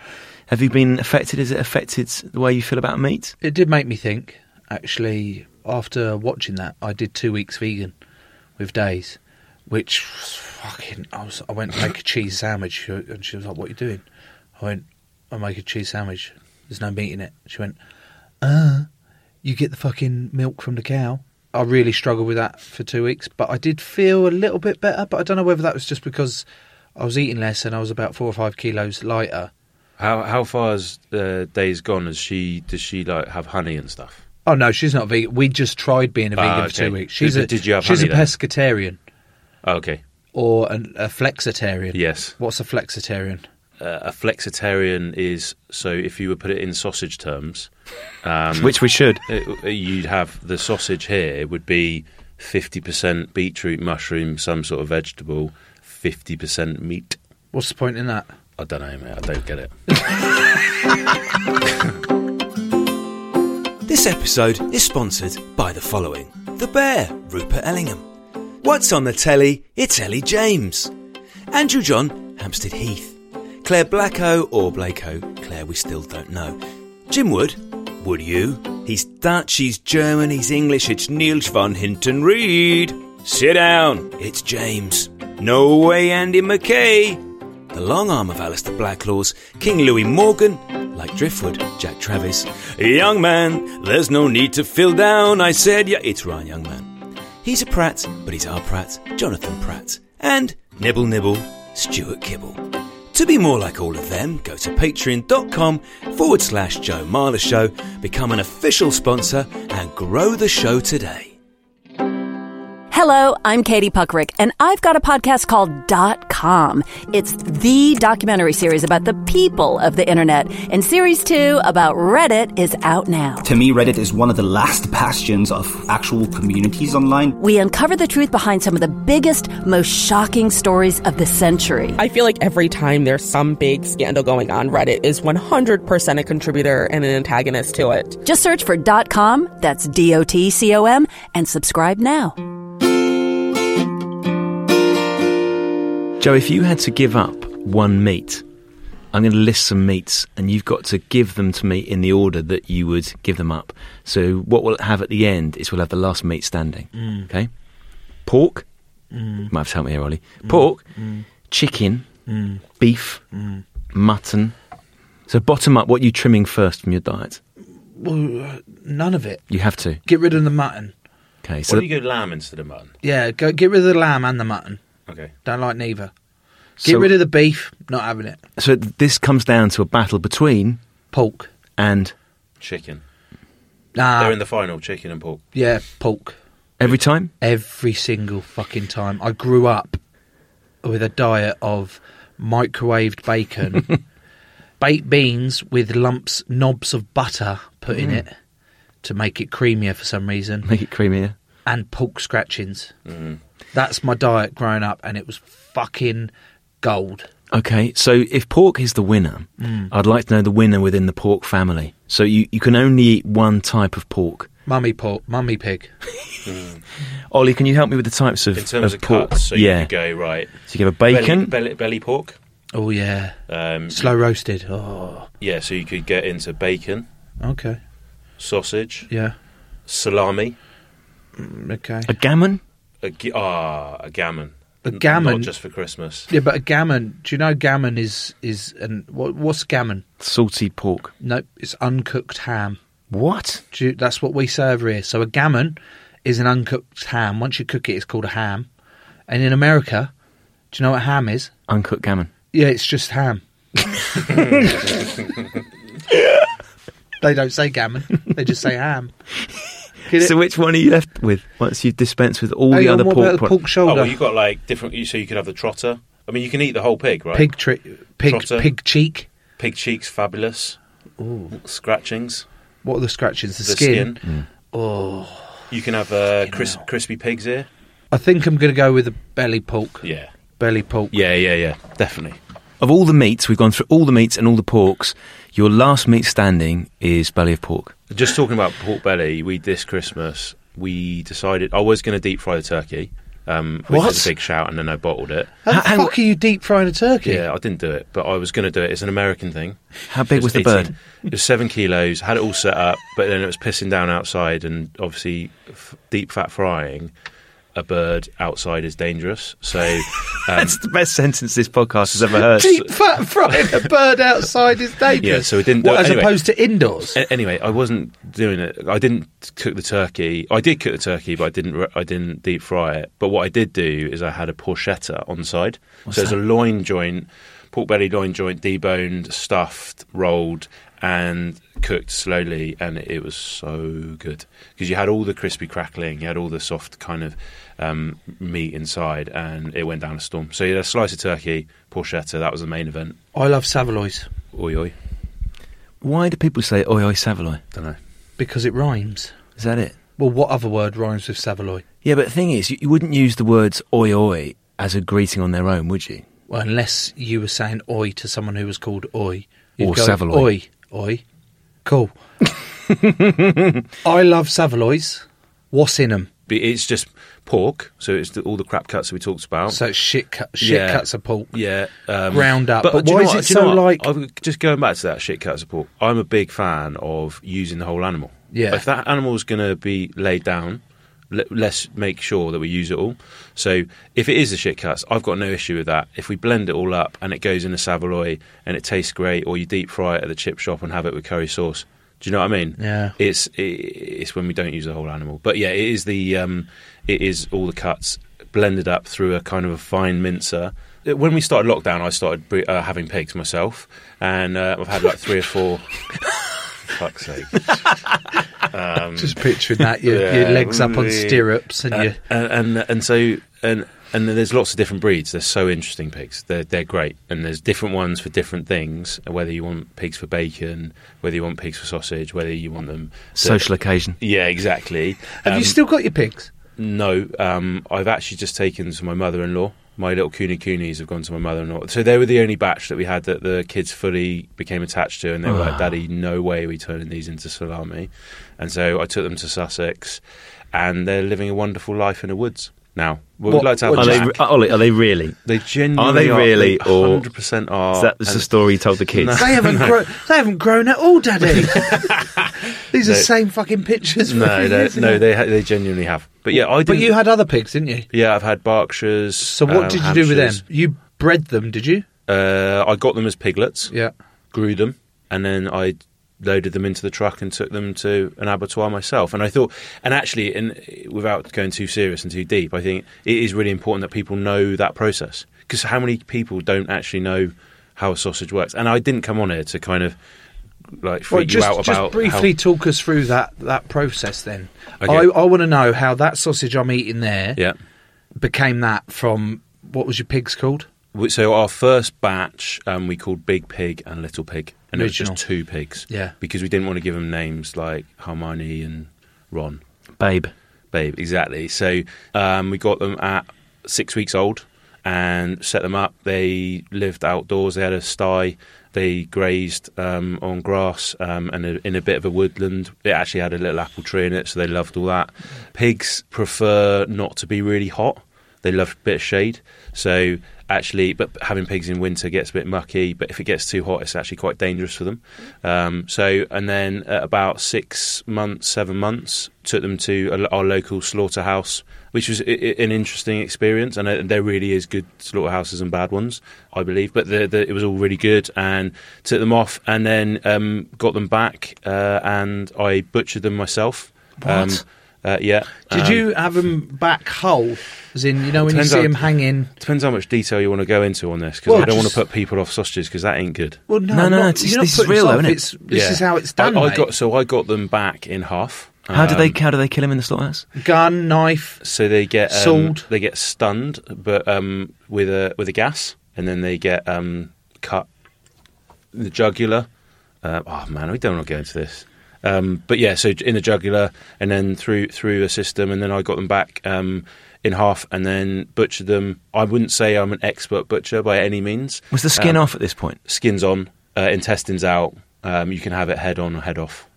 [SPEAKER 10] Have you been affected? Has it affected the way you feel about meat?
[SPEAKER 2] It did make me think, actually, after watching that, I did two weeks vegan with Days, which was fucking. I, was, I went to make a cheese sandwich, she- and she was like, What are you doing? I went, I make a cheese sandwich. There's no meat in it. She went, Uh, you get the fucking milk from the cow. I really struggled with that for two weeks, but I did feel a little bit better. But I don't know whether that was just because I was eating less and I was about four or five kilos lighter.
[SPEAKER 5] How how far has uh, days gone? Has she does she like have honey and stuff?
[SPEAKER 2] Oh no, she's not vegan. We just tried being a vegan
[SPEAKER 5] Ah,
[SPEAKER 2] for
[SPEAKER 5] okay.
[SPEAKER 2] two weeks. She's
[SPEAKER 5] Did-
[SPEAKER 2] a
[SPEAKER 5] did you have
[SPEAKER 2] she's
[SPEAKER 5] honey
[SPEAKER 2] a
[SPEAKER 5] then?
[SPEAKER 2] pescatarian
[SPEAKER 5] Oh, okay,
[SPEAKER 2] or an, a flexitarian.
[SPEAKER 5] yes.
[SPEAKER 2] What's a flexitarian?
[SPEAKER 5] Uh, a flexitarian is so if you would put it in sausage terms, um,
[SPEAKER 10] Which we should.
[SPEAKER 5] uh, you'd have the sausage here would be fifty percent beetroot, mushroom, some sort of vegetable, fifty percent meat.
[SPEAKER 2] What's the point in that?
[SPEAKER 5] I don't know, mate. I don't get it.
[SPEAKER 3] This episode is sponsored by the following The Bear, Rupert Ellingham. What's on the telly? It's Ellie James. Andrew John, Hampstead Heath. Claire Blacko or Blako, Claire we still don't know. Jim Wood, would you? He's Dutch, he's German, he's English, it's Niels van Hinton Reed. Sit down, it's James. No way, Andy McKay. The long arm of Alistair Blacklaws, King Louis Morgan, like Driftwood, Jack Travis. Young man, there's no need to fill down, I said, yeah, it's right, young man. He's a Pratt, but he's our Pratt, Jonathan Pratt, and Nibble Nibble, Stuart Kibble. To be more like all of them, go to patreon.com forward slash Joe Marler Show, become an official sponsor, and grow the show today.
[SPEAKER 11] Hello,
[SPEAKER 9] Hello, I'm Katie Puckrick, and I've got a podcast called Dot Com. It's the documentary series about the people of the internet, and series two about Reddit is out now.
[SPEAKER 12] To me, Reddit is one of the last bastions of actual communities online.
[SPEAKER 9] We uncover the truth behind some of the biggest, most shocking stories of the century.
[SPEAKER 11] I feel like every time there's some big scandal going on, Reddit is 100% a contributor and an antagonist to it.
[SPEAKER 9] Just search for Dot Com, that's D O T C O M, and subscribe now.
[SPEAKER 3] Joe, if you had to give up one meat, I'm going to list some meats, and you've got to give them to me in the order that you would give them up. So, what we'll have at the end is we'll have the last meat standing.
[SPEAKER 13] Mm.
[SPEAKER 3] Okay? Pork.
[SPEAKER 13] Mm.
[SPEAKER 3] Might have to help me here, Ollie. Pork,
[SPEAKER 13] Mm.
[SPEAKER 3] chicken,
[SPEAKER 13] Mm.
[SPEAKER 3] beef,
[SPEAKER 13] Mm.
[SPEAKER 3] mutton. So, bottom up, what are you trimming first from your diet?
[SPEAKER 5] Well, uh, none of it.
[SPEAKER 3] You have to.
[SPEAKER 5] Get rid of the mutton.
[SPEAKER 3] Okay,
[SPEAKER 2] So
[SPEAKER 3] so
[SPEAKER 2] Why don't you go lamb instead of mutton?
[SPEAKER 5] Yeah, go, get rid of the lamb and the mutton.
[SPEAKER 2] Okay.
[SPEAKER 5] Don't like neither. Get
[SPEAKER 3] So-
[SPEAKER 5] rid of the beef. Not having it.
[SPEAKER 3] So th- this comes down to a battle between
[SPEAKER 5] pork
[SPEAKER 3] and
[SPEAKER 2] Chicken.
[SPEAKER 5] Nah.
[SPEAKER 2] They're in the final, chicken and pork.
[SPEAKER 5] Yeah, pork.
[SPEAKER 3] Every time?
[SPEAKER 5] Every single fucking time. I grew up with a diet of microwaved bacon, baked beans with lumps, knobs of butter put in
[SPEAKER 3] Mm.
[SPEAKER 5] it to make it creamier for some reason,
[SPEAKER 3] make it creamier.
[SPEAKER 5] and pork scratchings. That's my diet growing up, and it was fucking gold.
[SPEAKER 3] Okay, so if pork is the winner,
[SPEAKER 2] Hmm.
[SPEAKER 5] Mm.
[SPEAKER 3] I'd like to know the winner within the pork family. So you, you can only eat one type of pork.
[SPEAKER 5] Mummy pork, mummy pig.
[SPEAKER 3] Ollie, can you help me with the types of
[SPEAKER 2] In terms of,
[SPEAKER 3] pork?
[SPEAKER 2] cuts, so
[SPEAKER 3] yeah.
[SPEAKER 2] you could go right.
[SPEAKER 3] So you have a bacon.
[SPEAKER 2] belly, belly, belly pork.
[SPEAKER 5] Oh yeah,
[SPEAKER 2] Um,
[SPEAKER 5] slow roasted. Oh,
[SPEAKER 2] Yeah, so you could get into bacon,
[SPEAKER 5] okay,
[SPEAKER 2] sausage,
[SPEAKER 5] yeah, Mm,
[SPEAKER 2] salami,
[SPEAKER 5] okay.
[SPEAKER 3] a gammon.
[SPEAKER 2] a g- ah, a gammon.
[SPEAKER 5] A
[SPEAKER 2] N-
[SPEAKER 5] gammon?
[SPEAKER 2] not just for Christmas.
[SPEAKER 5] Yeah, but a gammon. Do you know gammon is is an what, what's gammon?
[SPEAKER 3] Salty pork.
[SPEAKER 5] No, it's uncooked ham.
[SPEAKER 3] What?
[SPEAKER 5] Do you, that's what we serve here. So a gammon is an uncooked ham. Once you cook it, it's called a ham. And in America, do you know what ham is?
[SPEAKER 3] Uncooked gammon.
[SPEAKER 5] Yeah, it's just ham. they don't say gammon. They just say ham. Get it?
[SPEAKER 3] So which one are you left with once you dispense with all
[SPEAKER 5] Hang
[SPEAKER 3] the
[SPEAKER 5] on,
[SPEAKER 3] other
[SPEAKER 5] what
[SPEAKER 3] pork?
[SPEAKER 5] about the
[SPEAKER 3] pro-
[SPEAKER 5] pork shoulder?
[SPEAKER 2] Oh, well, you've got like different. you- So you could have the trotter. I mean, you can eat the whole pig, right?
[SPEAKER 5] Pig tri- pig-
[SPEAKER 2] Trotter.
[SPEAKER 5] pig cheek.
[SPEAKER 2] Pig cheeks, fabulous.
[SPEAKER 5] Ooh.
[SPEAKER 2] Scratchings.
[SPEAKER 5] What are the scratchings? The,
[SPEAKER 2] The skin.
[SPEAKER 5] skin.
[SPEAKER 3] Hmm.
[SPEAKER 2] Mm.
[SPEAKER 5] Oh,
[SPEAKER 2] You can have uh, cris- crispy pig's ear.
[SPEAKER 5] I think I'm going to go with the belly pork.
[SPEAKER 2] Yeah.
[SPEAKER 5] Belly pork.
[SPEAKER 2] Yeah, yeah, yeah. Definitely.
[SPEAKER 3] Of all the meats, we've gone through all the meats and all the porks. Your last meat standing is belly of pork.
[SPEAKER 2] Just talking about pork belly, we this Christmas we decided I was going to deep fry the turkey, um, which
[SPEAKER 5] What?
[SPEAKER 2] was a big shout, and then I bottled it.
[SPEAKER 5] How the fuck are you deep frying a turkey?
[SPEAKER 2] Yeah, I didn't do it, but I was going to do it. It's an American thing.
[SPEAKER 3] How big
[SPEAKER 2] It
[SPEAKER 3] was the bird?
[SPEAKER 2] It was seven kilos. Had it all set up, but then it was pissing down outside, and obviously, f- deep fat frying a bird outside is dangerous. So um,
[SPEAKER 3] that's the best sentence this podcast has ever heard.
[SPEAKER 5] Deep fat frying a bird outside is dangerous.
[SPEAKER 2] Yeah, so we didn't. do
[SPEAKER 5] What,
[SPEAKER 2] it.
[SPEAKER 5] as
[SPEAKER 2] Anyway-
[SPEAKER 5] opposed to indoors.
[SPEAKER 3] Eh.
[SPEAKER 2] A- anyway, I wasn't doing it. I didn't cook the turkey. I did cook the turkey, but I didn't. Re- I didn't deep fry it. But what I did do is I had a porchetta on the side.
[SPEAKER 3] What's
[SPEAKER 2] so it's a
[SPEAKER 3] that?
[SPEAKER 2] loin joint, pork belly loin joint, deboned, stuffed, rolled, and cooked slowly, and it was so good because you had all the crispy crackling, you had all the soft kind of um, meat inside, and it went down a storm. So you had a slice of turkey, porchetta. That was the main event.
[SPEAKER 5] I love saveloys
[SPEAKER 2] Oi oi.
[SPEAKER 3] Why do people say oi oi saveloy?
[SPEAKER 2] Don't know.
[SPEAKER 5] because it rhymes.
[SPEAKER 3] Is that it?
[SPEAKER 5] Well, what other word rhymes with saveloy?
[SPEAKER 3] Yeah, but the thing is, you, you wouldn't use the words oi oi as a greeting on their own, would you?
[SPEAKER 5] Well, unless you were saying oi to someone who was called oi.
[SPEAKER 3] Or Savaloy.
[SPEAKER 5] Oi, oi. Cool. I love saveloys. What's in them?
[SPEAKER 2] But it's just pork, so it's the, all the crap cuts that we talked about.
[SPEAKER 5] So it's shit, cu- shit
[SPEAKER 2] Yeah.
[SPEAKER 5] cuts of pork.
[SPEAKER 2] Yeah, um,
[SPEAKER 5] Ground up. But
[SPEAKER 2] do you
[SPEAKER 5] why
[SPEAKER 2] know
[SPEAKER 5] is
[SPEAKER 2] what-
[SPEAKER 5] it
[SPEAKER 2] do you know
[SPEAKER 5] so
[SPEAKER 2] what?
[SPEAKER 5] like-
[SPEAKER 2] I was just going back to that shit cuts of pork. I'm a big fan of using the whole animal.
[SPEAKER 5] Yeah.
[SPEAKER 2] If that animal's going to be laid down, le- let's make sure that we use it all. So if it is the shit cuts, I've got no issue with that. If we blend it all up and it goes in a saveloy and it tastes great, or you deep fry it at the chip shop and have it with curry sauce. Do you know what I mean?
[SPEAKER 5] Yeah.
[SPEAKER 2] It's i it's when we don't use the whole animal. But yeah, it is the um, it is all the cuts blended up through a kind of a fine mincer. Uh, When we started lockdown, I started bre- uh, having pigs myself, and uh, I've had like three or four. Fuck's sake!
[SPEAKER 3] Um, Uh,
[SPEAKER 5] Just picturing that, your- your legs up on stirrups and your-
[SPEAKER 3] and, and and so and and there's lots of different breeds. They're so interesting pigs. They're they're great, and there's different ones for different things. Whether you want pigs for bacon, whether you want pigs for sausage, whether you want them to-
[SPEAKER 6] Social occasion.
[SPEAKER 3] Yeah, exactly.
[SPEAKER 5] Have you
[SPEAKER 3] Um,
[SPEAKER 5] still got your pigs?
[SPEAKER 3] no, um, I've actually just taken to my mother-in-law. My little Cooney Coonies have gone to my mother-in-law. So they were the only batch that we had that the kids fully became attached to, and they were
[SPEAKER 6] Ah.
[SPEAKER 3] like, "Daddy, no way, are we turning these into salami." And so I took them to Sussex, and they're living a wonderful life in the woods now. We'd
[SPEAKER 6] What-
[SPEAKER 3] like to have
[SPEAKER 6] what
[SPEAKER 3] a
[SPEAKER 6] do you-
[SPEAKER 3] chat.
[SPEAKER 6] Are they- Ollie, are they really?
[SPEAKER 3] They genuinely
[SPEAKER 6] Are they really,
[SPEAKER 3] They
[SPEAKER 6] or-
[SPEAKER 3] 100% are.
[SPEAKER 6] Is that just a
[SPEAKER 3] And-
[SPEAKER 6] story you told the kids?
[SPEAKER 3] No.
[SPEAKER 5] They haven't grown. They haven't grown at all, Daddy. These are
[SPEAKER 3] No.
[SPEAKER 5] the same fucking pictures. from a
[SPEAKER 3] No,
[SPEAKER 5] few
[SPEAKER 3] they,
[SPEAKER 5] years
[SPEAKER 3] no,
[SPEAKER 5] ago.
[SPEAKER 3] they ha- they genuinely have. But yeah, I didn't.
[SPEAKER 5] But you had other pigs, didn't you?
[SPEAKER 3] Yeah, I've had Berkshires.
[SPEAKER 5] So what did you do with them? You bred them, did you?
[SPEAKER 3] Uh, I got them as piglets.
[SPEAKER 5] Yeah.
[SPEAKER 3] Grew them, and then I loaded them into the truck and took them to an abattoir myself. And I thought, and actually, and without going too serious and too deep, I think it is really important that people know that process because how many people don't actually know how a sausage works? And I didn't come on here to kind of like freak
[SPEAKER 5] Well, just,
[SPEAKER 3] you out
[SPEAKER 5] just
[SPEAKER 3] about
[SPEAKER 5] briefly
[SPEAKER 3] how-
[SPEAKER 5] talk us through that that process. Then
[SPEAKER 3] Okay.
[SPEAKER 5] I, I want to know how that sausage I'm eating there
[SPEAKER 3] yeah.
[SPEAKER 5] became that from what was your pigs called?
[SPEAKER 3] We- So our first batch um, we called Big Pig and Little Pig, and it
[SPEAKER 5] Original.
[SPEAKER 3] was just two pigs.
[SPEAKER 5] Yeah.
[SPEAKER 3] because we didn't want to give them names like Harmony and Ron.
[SPEAKER 6] Babe,
[SPEAKER 3] babe, exactly. So um, we got them at six weeks old and set them up. They lived outdoors. They had a sty. They grazed um, on grass um, and a, in a bit of a woodland. It actually had a little apple tree in it, so they loved all that. Pigs prefer not to be really hot. They love a bit of shade. So actually, but having pigs in winter gets a bit mucky. But if it gets too hot, it's actually quite dangerous for them. Um, so and then at about six months, seven months, took them to a, our local slaughterhouse, which was i i an interesting experience. And uh, there really is good slaughterhouses and bad ones, I believe. But the, the, it was all really good. And took them off, and then um, got them back, uh, and I butchered them myself.
[SPEAKER 5] What?
[SPEAKER 3] uh, yeah.
[SPEAKER 5] Did
[SPEAKER 3] um,
[SPEAKER 5] you have them back whole? As in, you know, when you
[SPEAKER 3] Depends
[SPEAKER 5] see
[SPEAKER 3] how-
[SPEAKER 5] them hanging.
[SPEAKER 3] Depends how much detail you want to go into on this because
[SPEAKER 5] Well,
[SPEAKER 3] I don't want
[SPEAKER 5] just-
[SPEAKER 3] to put people off sausages because that ain't good.
[SPEAKER 5] Well, no, No, I'm no, not- it's- you're not this is putting real, us off, isn't it? it's- this is how it's done,
[SPEAKER 3] I, I
[SPEAKER 5] mate.
[SPEAKER 3] got so I got them back in half.
[SPEAKER 6] how do they
[SPEAKER 3] Um,
[SPEAKER 6] how do they kill him in the slaughterhouse?
[SPEAKER 5] Gun, knife.
[SPEAKER 3] So they get um,
[SPEAKER 5] Sword.
[SPEAKER 3] They get stunned, but um, with a with a gas, and then they get um, cut in the jugular. Uh, oh man, we don't want to go into this. Um, but yeah, so in the jugular, and then through through a system, and then I got them back um, in half, and then butchered them. I wouldn't say I'm an expert butcher by any means.
[SPEAKER 6] Was the skin
[SPEAKER 3] Um,
[SPEAKER 6] off at this point?
[SPEAKER 3] Skin's
[SPEAKER 2] um,
[SPEAKER 3] on, uh, intestines out. Um, you can have it head on or head off.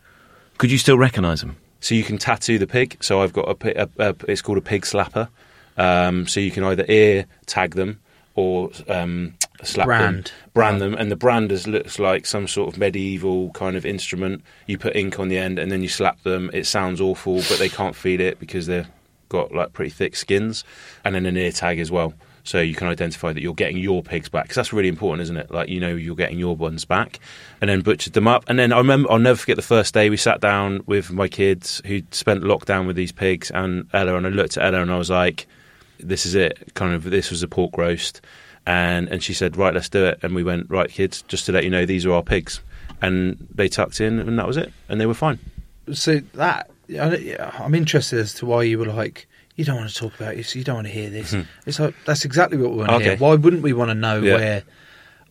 [SPEAKER 6] Could you still recognise him?
[SPEAKER 3] So you can tattoo the pig. So I've got a, pi- a, a it's called a pig slapper. Um, so you can either ear tag them or um, slap them,
[SPEAKER 5] Brand.
[SPEAKER 3] brand them, and the brand is, looks like some sort of medieval kind of instrument. You put ink on the end, and then you slap them. It sounds awful, but they can't feel it because they've got like pretty thick skins, and then an ear tag as well. So you can identify that you're getting your pigs back because that's really important, isn't it? Like you know you're getting your ones back, and then butchered them up. And then I remember I'll never forget the first day we sat down with my kids who'd spent lockdown with these pigs and Ella, and I looked at Ella and I was like, this is it kind of this was a pork roast and and she said right let's do it and we went right kids just to let you know these are our pigs and they tucked in and that was it and they were fine
[SPEAKER 5] So that I- I'm interested as to why you were like, you don't want to talk about this, you don't want to hear this.
[SPEAKER 3] Hmm.
[SPEAKER 5] it's like that's exactly what we want to hear.
[SPEAKER 3] Okay.
[SPEAKER 5] Why wouldn't we want to know
[SPEAKER 3] Yeah.
[SPEAKER 5] where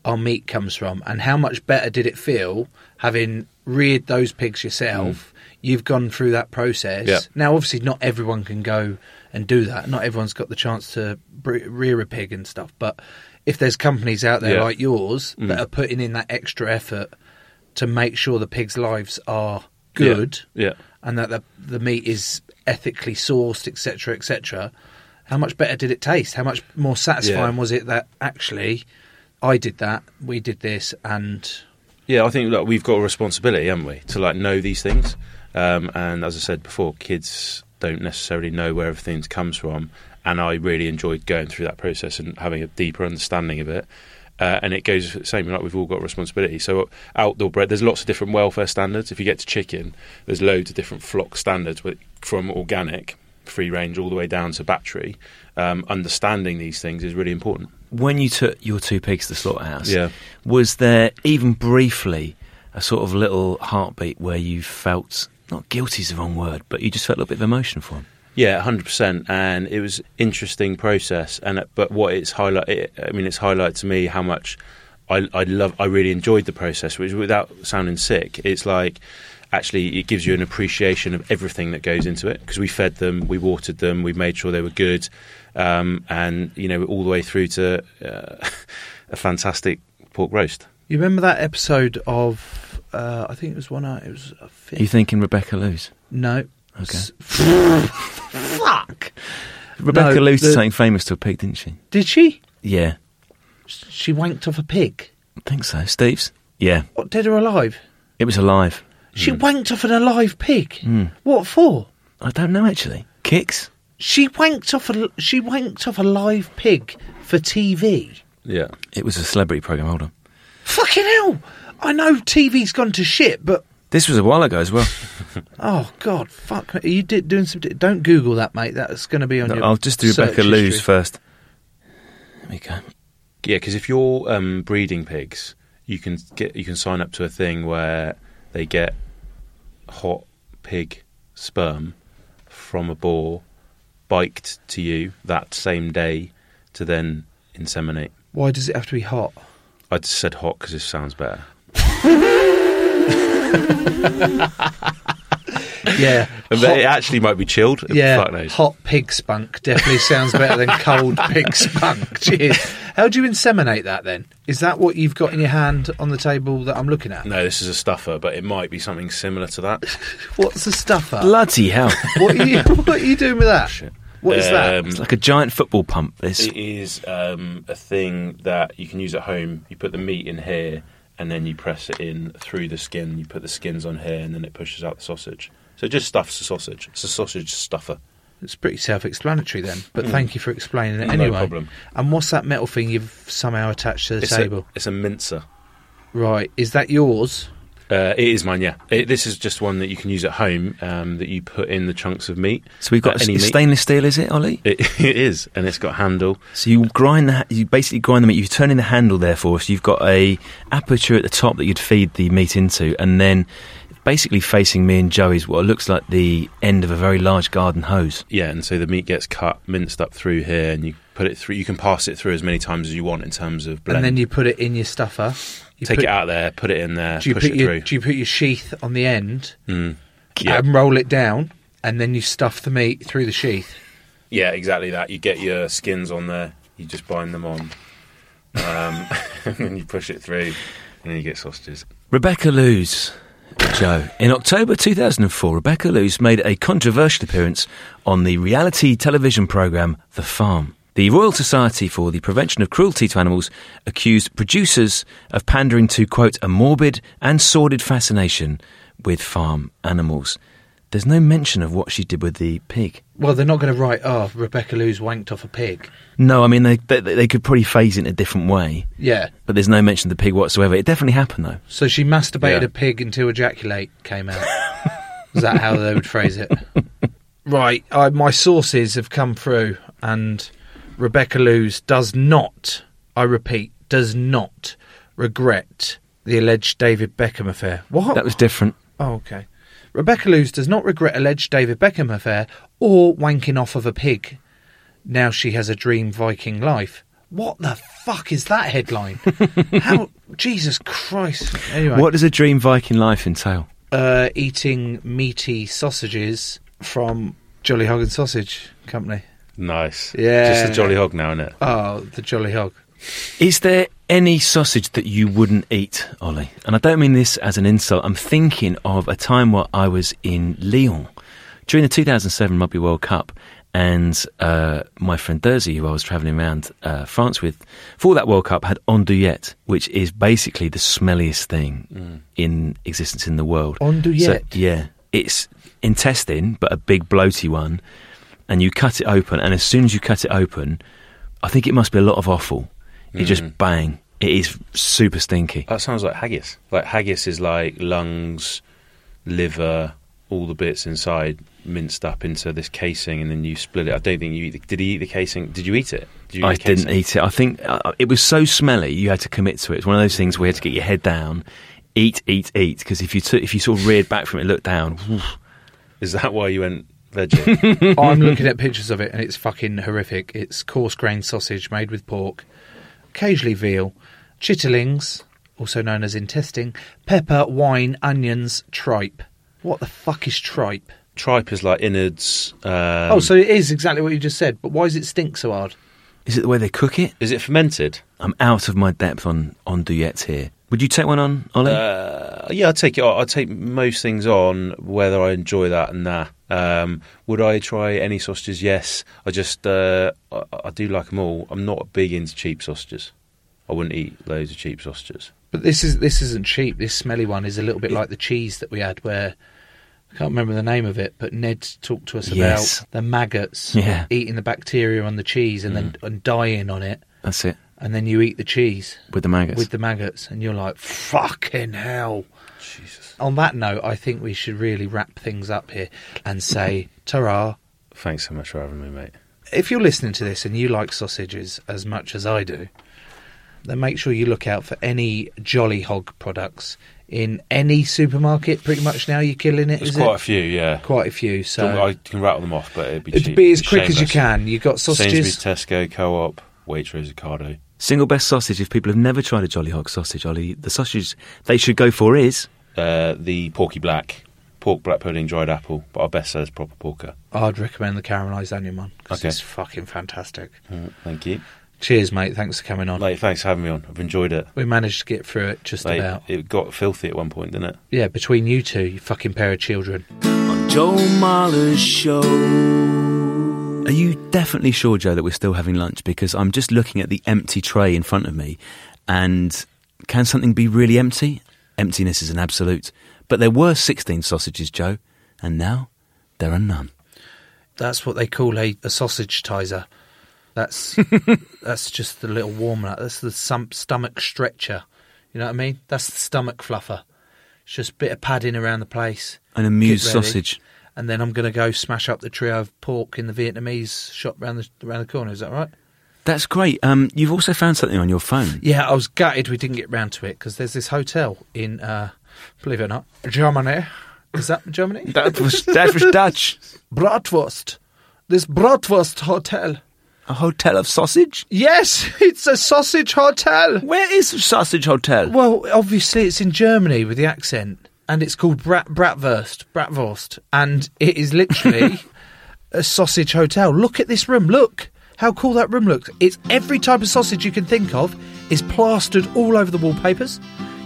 [SPEAKER 5] our meat comes from and how much better did it feel having reared those pigs yourself? You've gone through that process.
[SPEAKER 3] Hmm. Yeah.
[SPEAKER 5] Now, obviously, not everyone can go and do that. Not everyone's got the chance to bre- rear a pig and stuff. But if there's companies out there
[SPEAKER 3] Yeah.
[SPEAKER 5] like yours that
[SPEAKER 3] Mm.
[SPEAKER 5] are putting in that extra effort to make sure the pigs' lives are good,
[SPEAKER 3] Yeah, yeah.
[SPEAKER 5] and that the the meat is ethically sourced, etc., etc. How much better did it taste? How much more satisfying
[SPEAKER 3] Yeah.
[SPEAKER 5] was it that actually I did that, we did this, and
[SPEAKER 3] yeah i think look, we've got a responsibility haven't we to like know these things um, and as i said before kids don't necessarily know where everything comes from and i really enjoyed going through that process and having a deeper understanding of it uh, and it goes the same like we've all got a responsibility so outdoor bred there's lots of different welfare standards if you get to chicken there's loads of different flock standards with- from organic free range all the way down to battery um, understanding these things is really important
[SPEAKER 6] When you took your two pigs to the slaughterhouse,
[SPEAKER 3] Yeah.
[SPEAKER 6] was there even briefly a sort of little heartbeat where you felt not guilty is the wrong word, but you just felt a little bit of emotion for him.
[SPEAKER 3] Yeah, hundred percent, and it was interesting process. And but what it's highlight, it, I mean, it's highlighted to me how much I, I love, I really enjoyed the process. Which, without sounding sick, it's like actually it gives you an appreciation of everything that goes into it because we fed them, we watered them, we made sure they were good, um, and you know, all the way through to uh, a fantastic pork roast.
[SPEAKER 5] You remember that episode of? Uh, I think it was one. uh, It was. A fifth.
[SPEAKER 6] Are you thinking Rebecca Lewis?
[SPEAKER 5] No.
[SPEAKER 6] Okay.
[SPEAKER 5] S- Fuck.
[SPEAKER 6] Rebecca
[SPEAKER 5] No,
[SPEAKER 6] Lewis did
[SPEAKER 5] the-
[SPEAKER 6] something famous to a pig, didn't she?
[SPEAKER 5] Did she?
[SPEAKER 6] Yeah.
[SPEAKER 5] She wanked off a pig.
[SPEAKER 6] I think so. Steve's? Yeah.
[SPEAKER 5] What? Dead or alive?
[SPEAKER 6] It was alive.
[SPEAKER 5] She wanked off an alive pig.
[SPEAKER 6] Mm.
[SPEAKER 5] What for?
[SPEAKER 6] I don't know actually. Kicks?
[SPEAKER 5] She wanked off a. She wanked off a live pig for TV.
[SPEAKER 3] Yeah.
[SPEAKER 6] It was a celebrity program. Hold on.
[SPEAKER 5] Fucking hell! I know TV's gone to shit, but
[SPEAKER 6] This was a while ago as well.
[SPEAKER 5] oh god, fuck! me. You did doing some. Don't Google that, mate. That's going to be on
[SPEAKER 6] No,
[SPEAKER 5] your.
[SPEAKER 6] I'll just do
[SPEAKER 5] search
[SPEAKER 6] Rebecca
[SPEAKER 5] history.
[SPEAKER 6] Lewes first. There we go.
[SPEAKER 3] Yeah, because if you're um, breeding pigs, you can get you can sign up to a thing where they get hot pig sperm from a boar, biked to you that same day to then inseminate.
[SPEAKER 5] Why does it have to be hot?
[SPEAKER 3] I just said hot because it sounds better.
[SPEAKER 5] Yeah,
[SPEAKER 3] but
[SPEAKER 5] hot-
[SPEAKER 3] it actually might be chilled.
[SPEAKER 5] Yeah,
[SPEAKER 3] Fuck knows.
[SPEAKER 5] hot pig spunk definitely sounds better than cold pig spunk. Cheers. How do you inseminate that then? Is that what you've got in your hand on the table that I'm looking at?
[SPEAKER 3] No, this is a stuffer, but it might be something similar to that.
[SPEAKER 5] What's the stuffer?
[SPEAKER 6] Bloody hell.
[SPEAKER 5] What are you, what are you doing with that? What is that?
[SPEAKER 3] Um,
[SPEAKER 6] It's like a giant football pump. This.
[SPEAKER 3] It is um, a thing that you can use at home. You put the meat in here, and then you press it in through the skin. You put the skins on here, and then it pushes out the sausage. So it just stuffs the sausage. It's a sausage stuffer.
[SPEAKER 5] It's pretty self-explanatory then, but
[SPEAKER 3] Mm.
[SPEAKER 5] thank you for explaining it
[SPEAKER 3] No
[SPEAKER 5] anyway.
[SPEAKER 3] problem.
[SPEAKER 5] And what's that metal thing you've somehow attached to the
[SPEAKER 3] It's
[SPEAKER 5] table?
[SPEAKER 3] a, it's a mincer.
[SPEAKER 5] Right, is that yours?
[SPEAKER 3] Uh, it is mine, yeah. It, this is just one that you can use at home um, that you put in the chunks of meat.
[SPEAKER 6] So we've got
[SPEAKER 3] Uh,
[SPEAKER 6] a s- stainless steel, is it, Ollie?
[SPEAKER 3] It, it is, and it's got a handle.
[SPEAKER 6] So you grind the, ha- you basically grind the meat. You turn in the handle, therefore, so you've got a aperture at the top that you'd feed the meat into, and then basically facing me and Joey's what looks like the end of a very large garden hose.
[SPEAKER 3] Yeah, and so the meat gets cut, minced up through here, and you put it through. You can pass it through as many times as you want in terms of blend.
[SPEAKER 5] And then you put it in your stuffer. You
[SPEAKER 3] take
[SPEAKER 5] put-
[SPEAKER 3] it out there, put it in there,
[SPEAKER 5] Do you
[SPEAKER 3] push
[SPEAKER 5] put
[SPEAKER 3] it
[SPEAKER 5] your
[SPEAKER 3] through.
[SPEAKER 5] do you put your sheath on the end
[SPEAKER 3] Mm. Yeah.
[SPEAKER 5] and roll it down, and then you stuff the meat through the sheath?
[SPEAKER 3] yeah, exactly that. You get your skins on there, you just bind them on, um, and then you push it through, and then you get sausages.
[SPEAKER 6] Rebecca Lewes, Joe. In October 2004, Rebecca Lewes made a controversial appearance on the reality television programme The Farm. The Royal Society for the Prevention of Cruelty to Animals accused producers of pandering to, quote, a morbid and sordid fascination with farm animals. There's no mention of what she did with the pig.
[SPEAKER 5] Well, they're not going to write, "Oh, Rebecca Lou's wanked off a pig."
[SPEAKER 6] No, I mean, they, they, they could probably phase it in a different way,
[SPEAKER 5] Yeah.
[SPEAKER 6] but there's no mention of the pig whatsoever. It definitely happened, though.
[SPEAKER 5] So she masturbated
[SPEAKER 6] Yeah.
[SPEAKER 5] a pig until ejaculate came out. Is that how they would phrase it? Right, I, my sources have come through, and Rebecca Lewes does not, I repeat, does not regret the alleged David Beckham affair. What?
[SPEAKER 6] That was different.
[SPEAKER 5] Oh, okay. Rebecca Lewes does not regret alleged David Beckham affair or wanking off of a pig. Now she has a dream Viking life. What the fuck is that headline? How Jesus Christ! Anyway,
[SPEAKER 6] What does a dream Viking life entail?
[SPEAKER 5] uh, eating meaty sausages from Jolly Hog and Sausage Company.
[SPEAKER 3] Nice.
[SPEAKER 5] Yeah.
[SPEAKER 3] Just a jolly hog now, innit?
[SPEAKER 5] Oh, the Jolly Hog.
[SPEAKER 6] Is there any sausage that you wouldn't eat, Ollie? And I don't mean this as an insult. I'm thinking of a time where I was in Lyon during the 2007 Rugby World Cup, and uh, my friend Thursday, who I was travelling around uh, France with for that World Cup, had andouillette, which is basically the smelliest thing in existence in the world.
[SPEAKER 5] Andouillette?
[SPEAKER 6] So, yeah, it's intestine, but a big bloaty one, and you cut it open, and as soon as you cut it open, I think it must be a lot of offal. It
[SPEAKER 3] Mm.
[SPEAKER 6] just bang. It is super stinky.
[SPEAKER 3] That sounds like haggis. Like haggis is like lungs, liver, all the bits inside minced up into this casing, and then you split it. I don't think you eat. The, did he eat the casing? Did you eat it? Did you
[SPEAKER 6] I
[SPEAKER 3] eat the casing?
[SPEAKER 6] didn't eat it. I think uh, it was so smelly you had to commit to it. It's one of those things where you had to get your head down eat, eat, eat. Because if you took, if you sort of reared back from it, and looked down.
[SPEAKER 3] Is that why you went veggie?
[SPEAKER 5] I'm looking at pictures of it and it's fucking horrific. It's coarse grained sausage made with pork, occasionally veal, chitterlings, also known as intestine, pepper, wine, onions, tripe. What the fuck is tripe?
[SPEAKER 6] Mm.
[SPEAKER 3] Tripe is like innards. Um,
[SPEAKER 5] oh, so it is exactly what you just said, but why does it stink so hard?
[SPEAKER 6] Is it the way they cook it?
[SPEAKER 3] Is it fermented?
[SPEAKER 6] I'm out of my depth on on douillettes here. Would you take one on, Ollie?
[SPEAKER 3] Uh, yeah, I take it. I take most things on, whether I enjoy that and nah. Um, would I try any sausages? Yes. I just uh, I, I do like them all. I'm not big into cheap sausages. I wouldn't eat loads of cheap sausages.
[SPEAKER 5] But this is this isn't cheap. This smelly one is a little bit like the cheese that we had, where I can't remember the name of it, but Ned talked to us about
[SPEAKER 6] Yes.
[SPEAKER 5] the maggots
[SPEAKER 6] Yeah. Mm.
[SPEAKER 5] eating the bacteria on the cheese and then and dying on it,
[SPEAKER 6] That's it.
[SPEAKER 5] and then you eat the cheese
[SPEAKER 6] With the maggots.
[SPEAKER 5] with the maggots, and you're like, fucking hell. Jesus. On that note, I think we should really wrap things up here and say, ta
[SPEAKER 3] Thanks so much for having me, mate.
[SPEAKER 5] if you're listening to this and you like sausages as much as I do, then make sure you look out for any Jolly Hog products in any supermarket. Pretty much now, you're killing it.
[SPEAKER 3] There's
[SPEAKER 5] is
[SPEAKER 3] quite
[SPEAKER 5] it?
[SPEAKER 3] a few, yeah.
[SPEAKER 5] Quite a few. So
[SPEAKER 3] I can rattle them off, but it'd be
[SPEAKER 5] It'd
[SPEAKER 3] cheap.
[SPEAKER 5] be as quick as you
[SPEAKER 3] Shameless.
[SPEAKER 5] can. You've got sausages.
[SPEAKER 3] Sainsbury's, Tesco, Co-op, Waitrose, Ocado.
[SPEAKER 6] Single best sausage. If people have never tried a Jolly Hog sausage, Ollie, the sausage they should go for is
[SPEAKER 3] Uh, the Porky Black, pork black pudding, dried apple, but our best seller's proper porker.
[SPEAKER 5] I'd recommend the caramelised onion one because
[SPEAKER 3] Okay.
[SPEAKER 5] it's fucking fantastic.
[SPEAKER 3] Mm, Thank you.
[SPEAKER 5] Cheers, mate. Thanks for coming on.
[SPEAKER 3] Mate, thanks for having me on. I've enjoyed it.
[SPEAKER 5] We managed to get through it just
[SPEAKER 3] Mate,
[SPEAKER 5] about.
[SPEAKER 3] It got filthy at one point, didn't it?
[SPEAKER 5] Yeah, between you two, you fucking pair of children.
[SPEAKER 14] Joe Marler's show.
[SPEAKER 6] Are you definitely sure, Joe, that we're still having lunch? Because I'm just looking at the empty tray in front of me, and can something be really empty? Emptiness is an absolute. But there were 16 sausages, Joe, and now there are none.
[SPEAKER 5] That's what they call a, a sausage tizer. That's that's just the little warmer. That's the sum- stomach stretcher. You know what I mean? That's the stomach fluffer. It's just a bit of padding around the place.
[SPEAKER 6] An amuse
[SPEAKER 5] Get ready.
[SPEAKER 6] sausage.
[SPEAKER 5] And then I'm going to go smash up the trio of pork in the Vietnamese shop round the round the corner. Is that right?
[SPEAKER 6] That's great. Um, you've also found something on your phone.
[SPEAKER 5] Yeah, I was gutted we didn't get round to it because there's this hotel in, uh, believe it or not, Germany. Is that Germany?
[SPEAKER 6] That was- that was Dutch.
[SPEAKER 5] Bratwurst. This Bratwurst Hotel.
[SPEAKER 6] A hotel of sausage?
[SPEAKER 5] Yes, it's a sausage hotel.
[SPEAKER 6] Where is the sausage hotel?
[SPEAKER 5] Well, obviously it's in Germany with the accent, and it's called Brat Bratwurst. Bratwurst, and it is literally a sausage hotel. Look at this room. Look how cool that room looks. It's every type of sausage you can think of is plastered all over the wallpapers.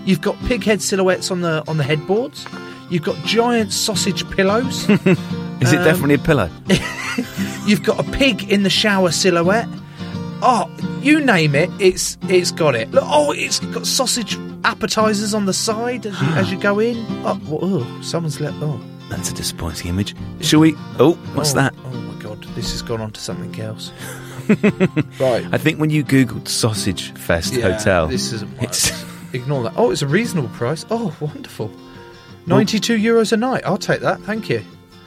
[SPEAKER 5] You've got pig head silhouettes on the on the headboards. You've got giant sausage pillows.
[SPEAKER 6] Is it
[SPEAKER 5] Um,
[SPEAKER 6] definitely a pillow?
[SPEAKER 5] You've got a pig in the shower silhouette. Oh, you name it, it's it's got it. Look, oh, it's got sausage appetizers on the side as you, as you go in. Oh, wha- oh, someone's let. Oh,
[SPEAKER 6] That's a disappointing image. Shall we? Oh, what's
[SPEAKER 5] oh,
[SPEAKER 6] that?
[SPEAKER 5] Oh my god, this has gone on to something else.
[SPEAKER 6] right. I think when you googled sausage fest
[SPEAKER 5] Yeah,
[SPEAKER 6] hotel,
[SPEAKER 5] This is
[SPEAKER 6] it's
[SPEAKER 5] ignore that. Oh, it's a reasonable price. Oh, wonderful. Ninety-two euros a night. I'll take that. Thank you.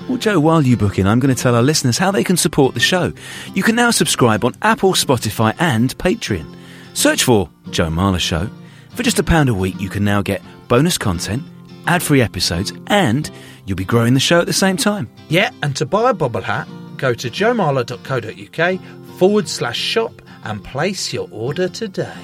[SPEAKER 6] Well, Joe, while you book in, I'm going to tell our listeners how they can support the show. You can now subscribe on Apple, Spotify, and Patreon. Search for Joe Marler Show. For just a pound a week, you can now get bonus content, ad free episodes, and you'll be growing the show at the same time.
[SPEAKER 5] Yeah, and to buy a bobble hat, go to jomarla.co.uk forward slash shop and place your order today.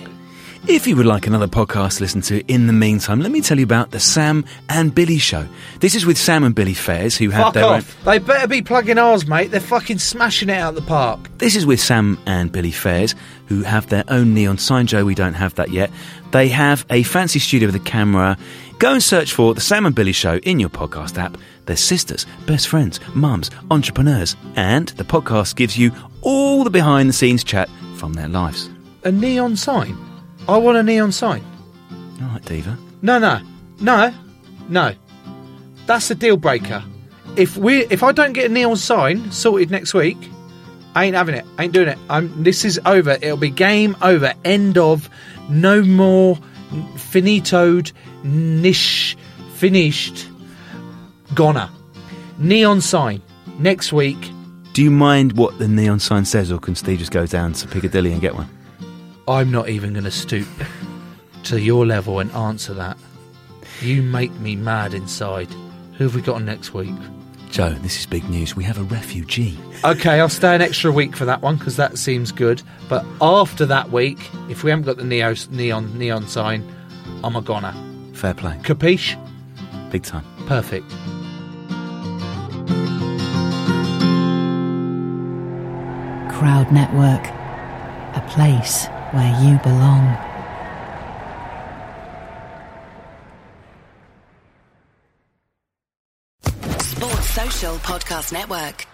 [SPEAKER 6] If you would like another podcast to listen to in the meantime, let me tell you about the Sam and Billy Show. This is with Sam and Billy Fairs, who have
[SPEAKER 5] Fuck
[SPEAKER 6] their own.
[SPEAKER 5] off. They better be plugging ours, mate. They're fucking smashing it out of the park.
[SPEAKER 6] This is with Sam and Billy Fairs, who have their own neon sign. Joe, we don't have that yet. They have a fancy studio with a camera. Go and search for The Sam and Billy Show in your podcast app. They're sisters, best friends, mums, entrepreneurs, and the podcast gives you all the behind the scenes chat from their lives.
[SPEAKER 5] A neon sign. I want a neon sign.
[SPEAKER 6] All right, Diva.
[SPEAKER 5] No, no, no, no. That's a deal breaker. If we, if I don't get a neon sign sorted next week, I ain't having it. I ain't doing it. I'm. This is over. It'll be game over. End of. No more finitoed, nish, finished, goner. Neon sign next week.
[SPEAKER 6] Do you mind what the neon sign says, or can Steve just go down to Piccadilly and get one?
[SPEAKER 5] I'm not even going to stoop to your level and answer that. You make me mad inside. Who have we got on next week?
[SPEAKER 6] Joe, this is big news. We have a refugee.
[SPEAKER 5] Okay, I'll stay an extra week for that one because that seems good. But after that week, if we haven't got the neo, neon neon sign, I'm a goner.
[SPEAKER 6] Fair play.
[SPEAKER 5] Capiche?
[SPEAKER 6] Big time.
[SPEAKER 5] Perfect.
[SPEAKER 9] Crowd Network, a place where you belong.
[SPEAKER 15] Sports Social Podcast Network.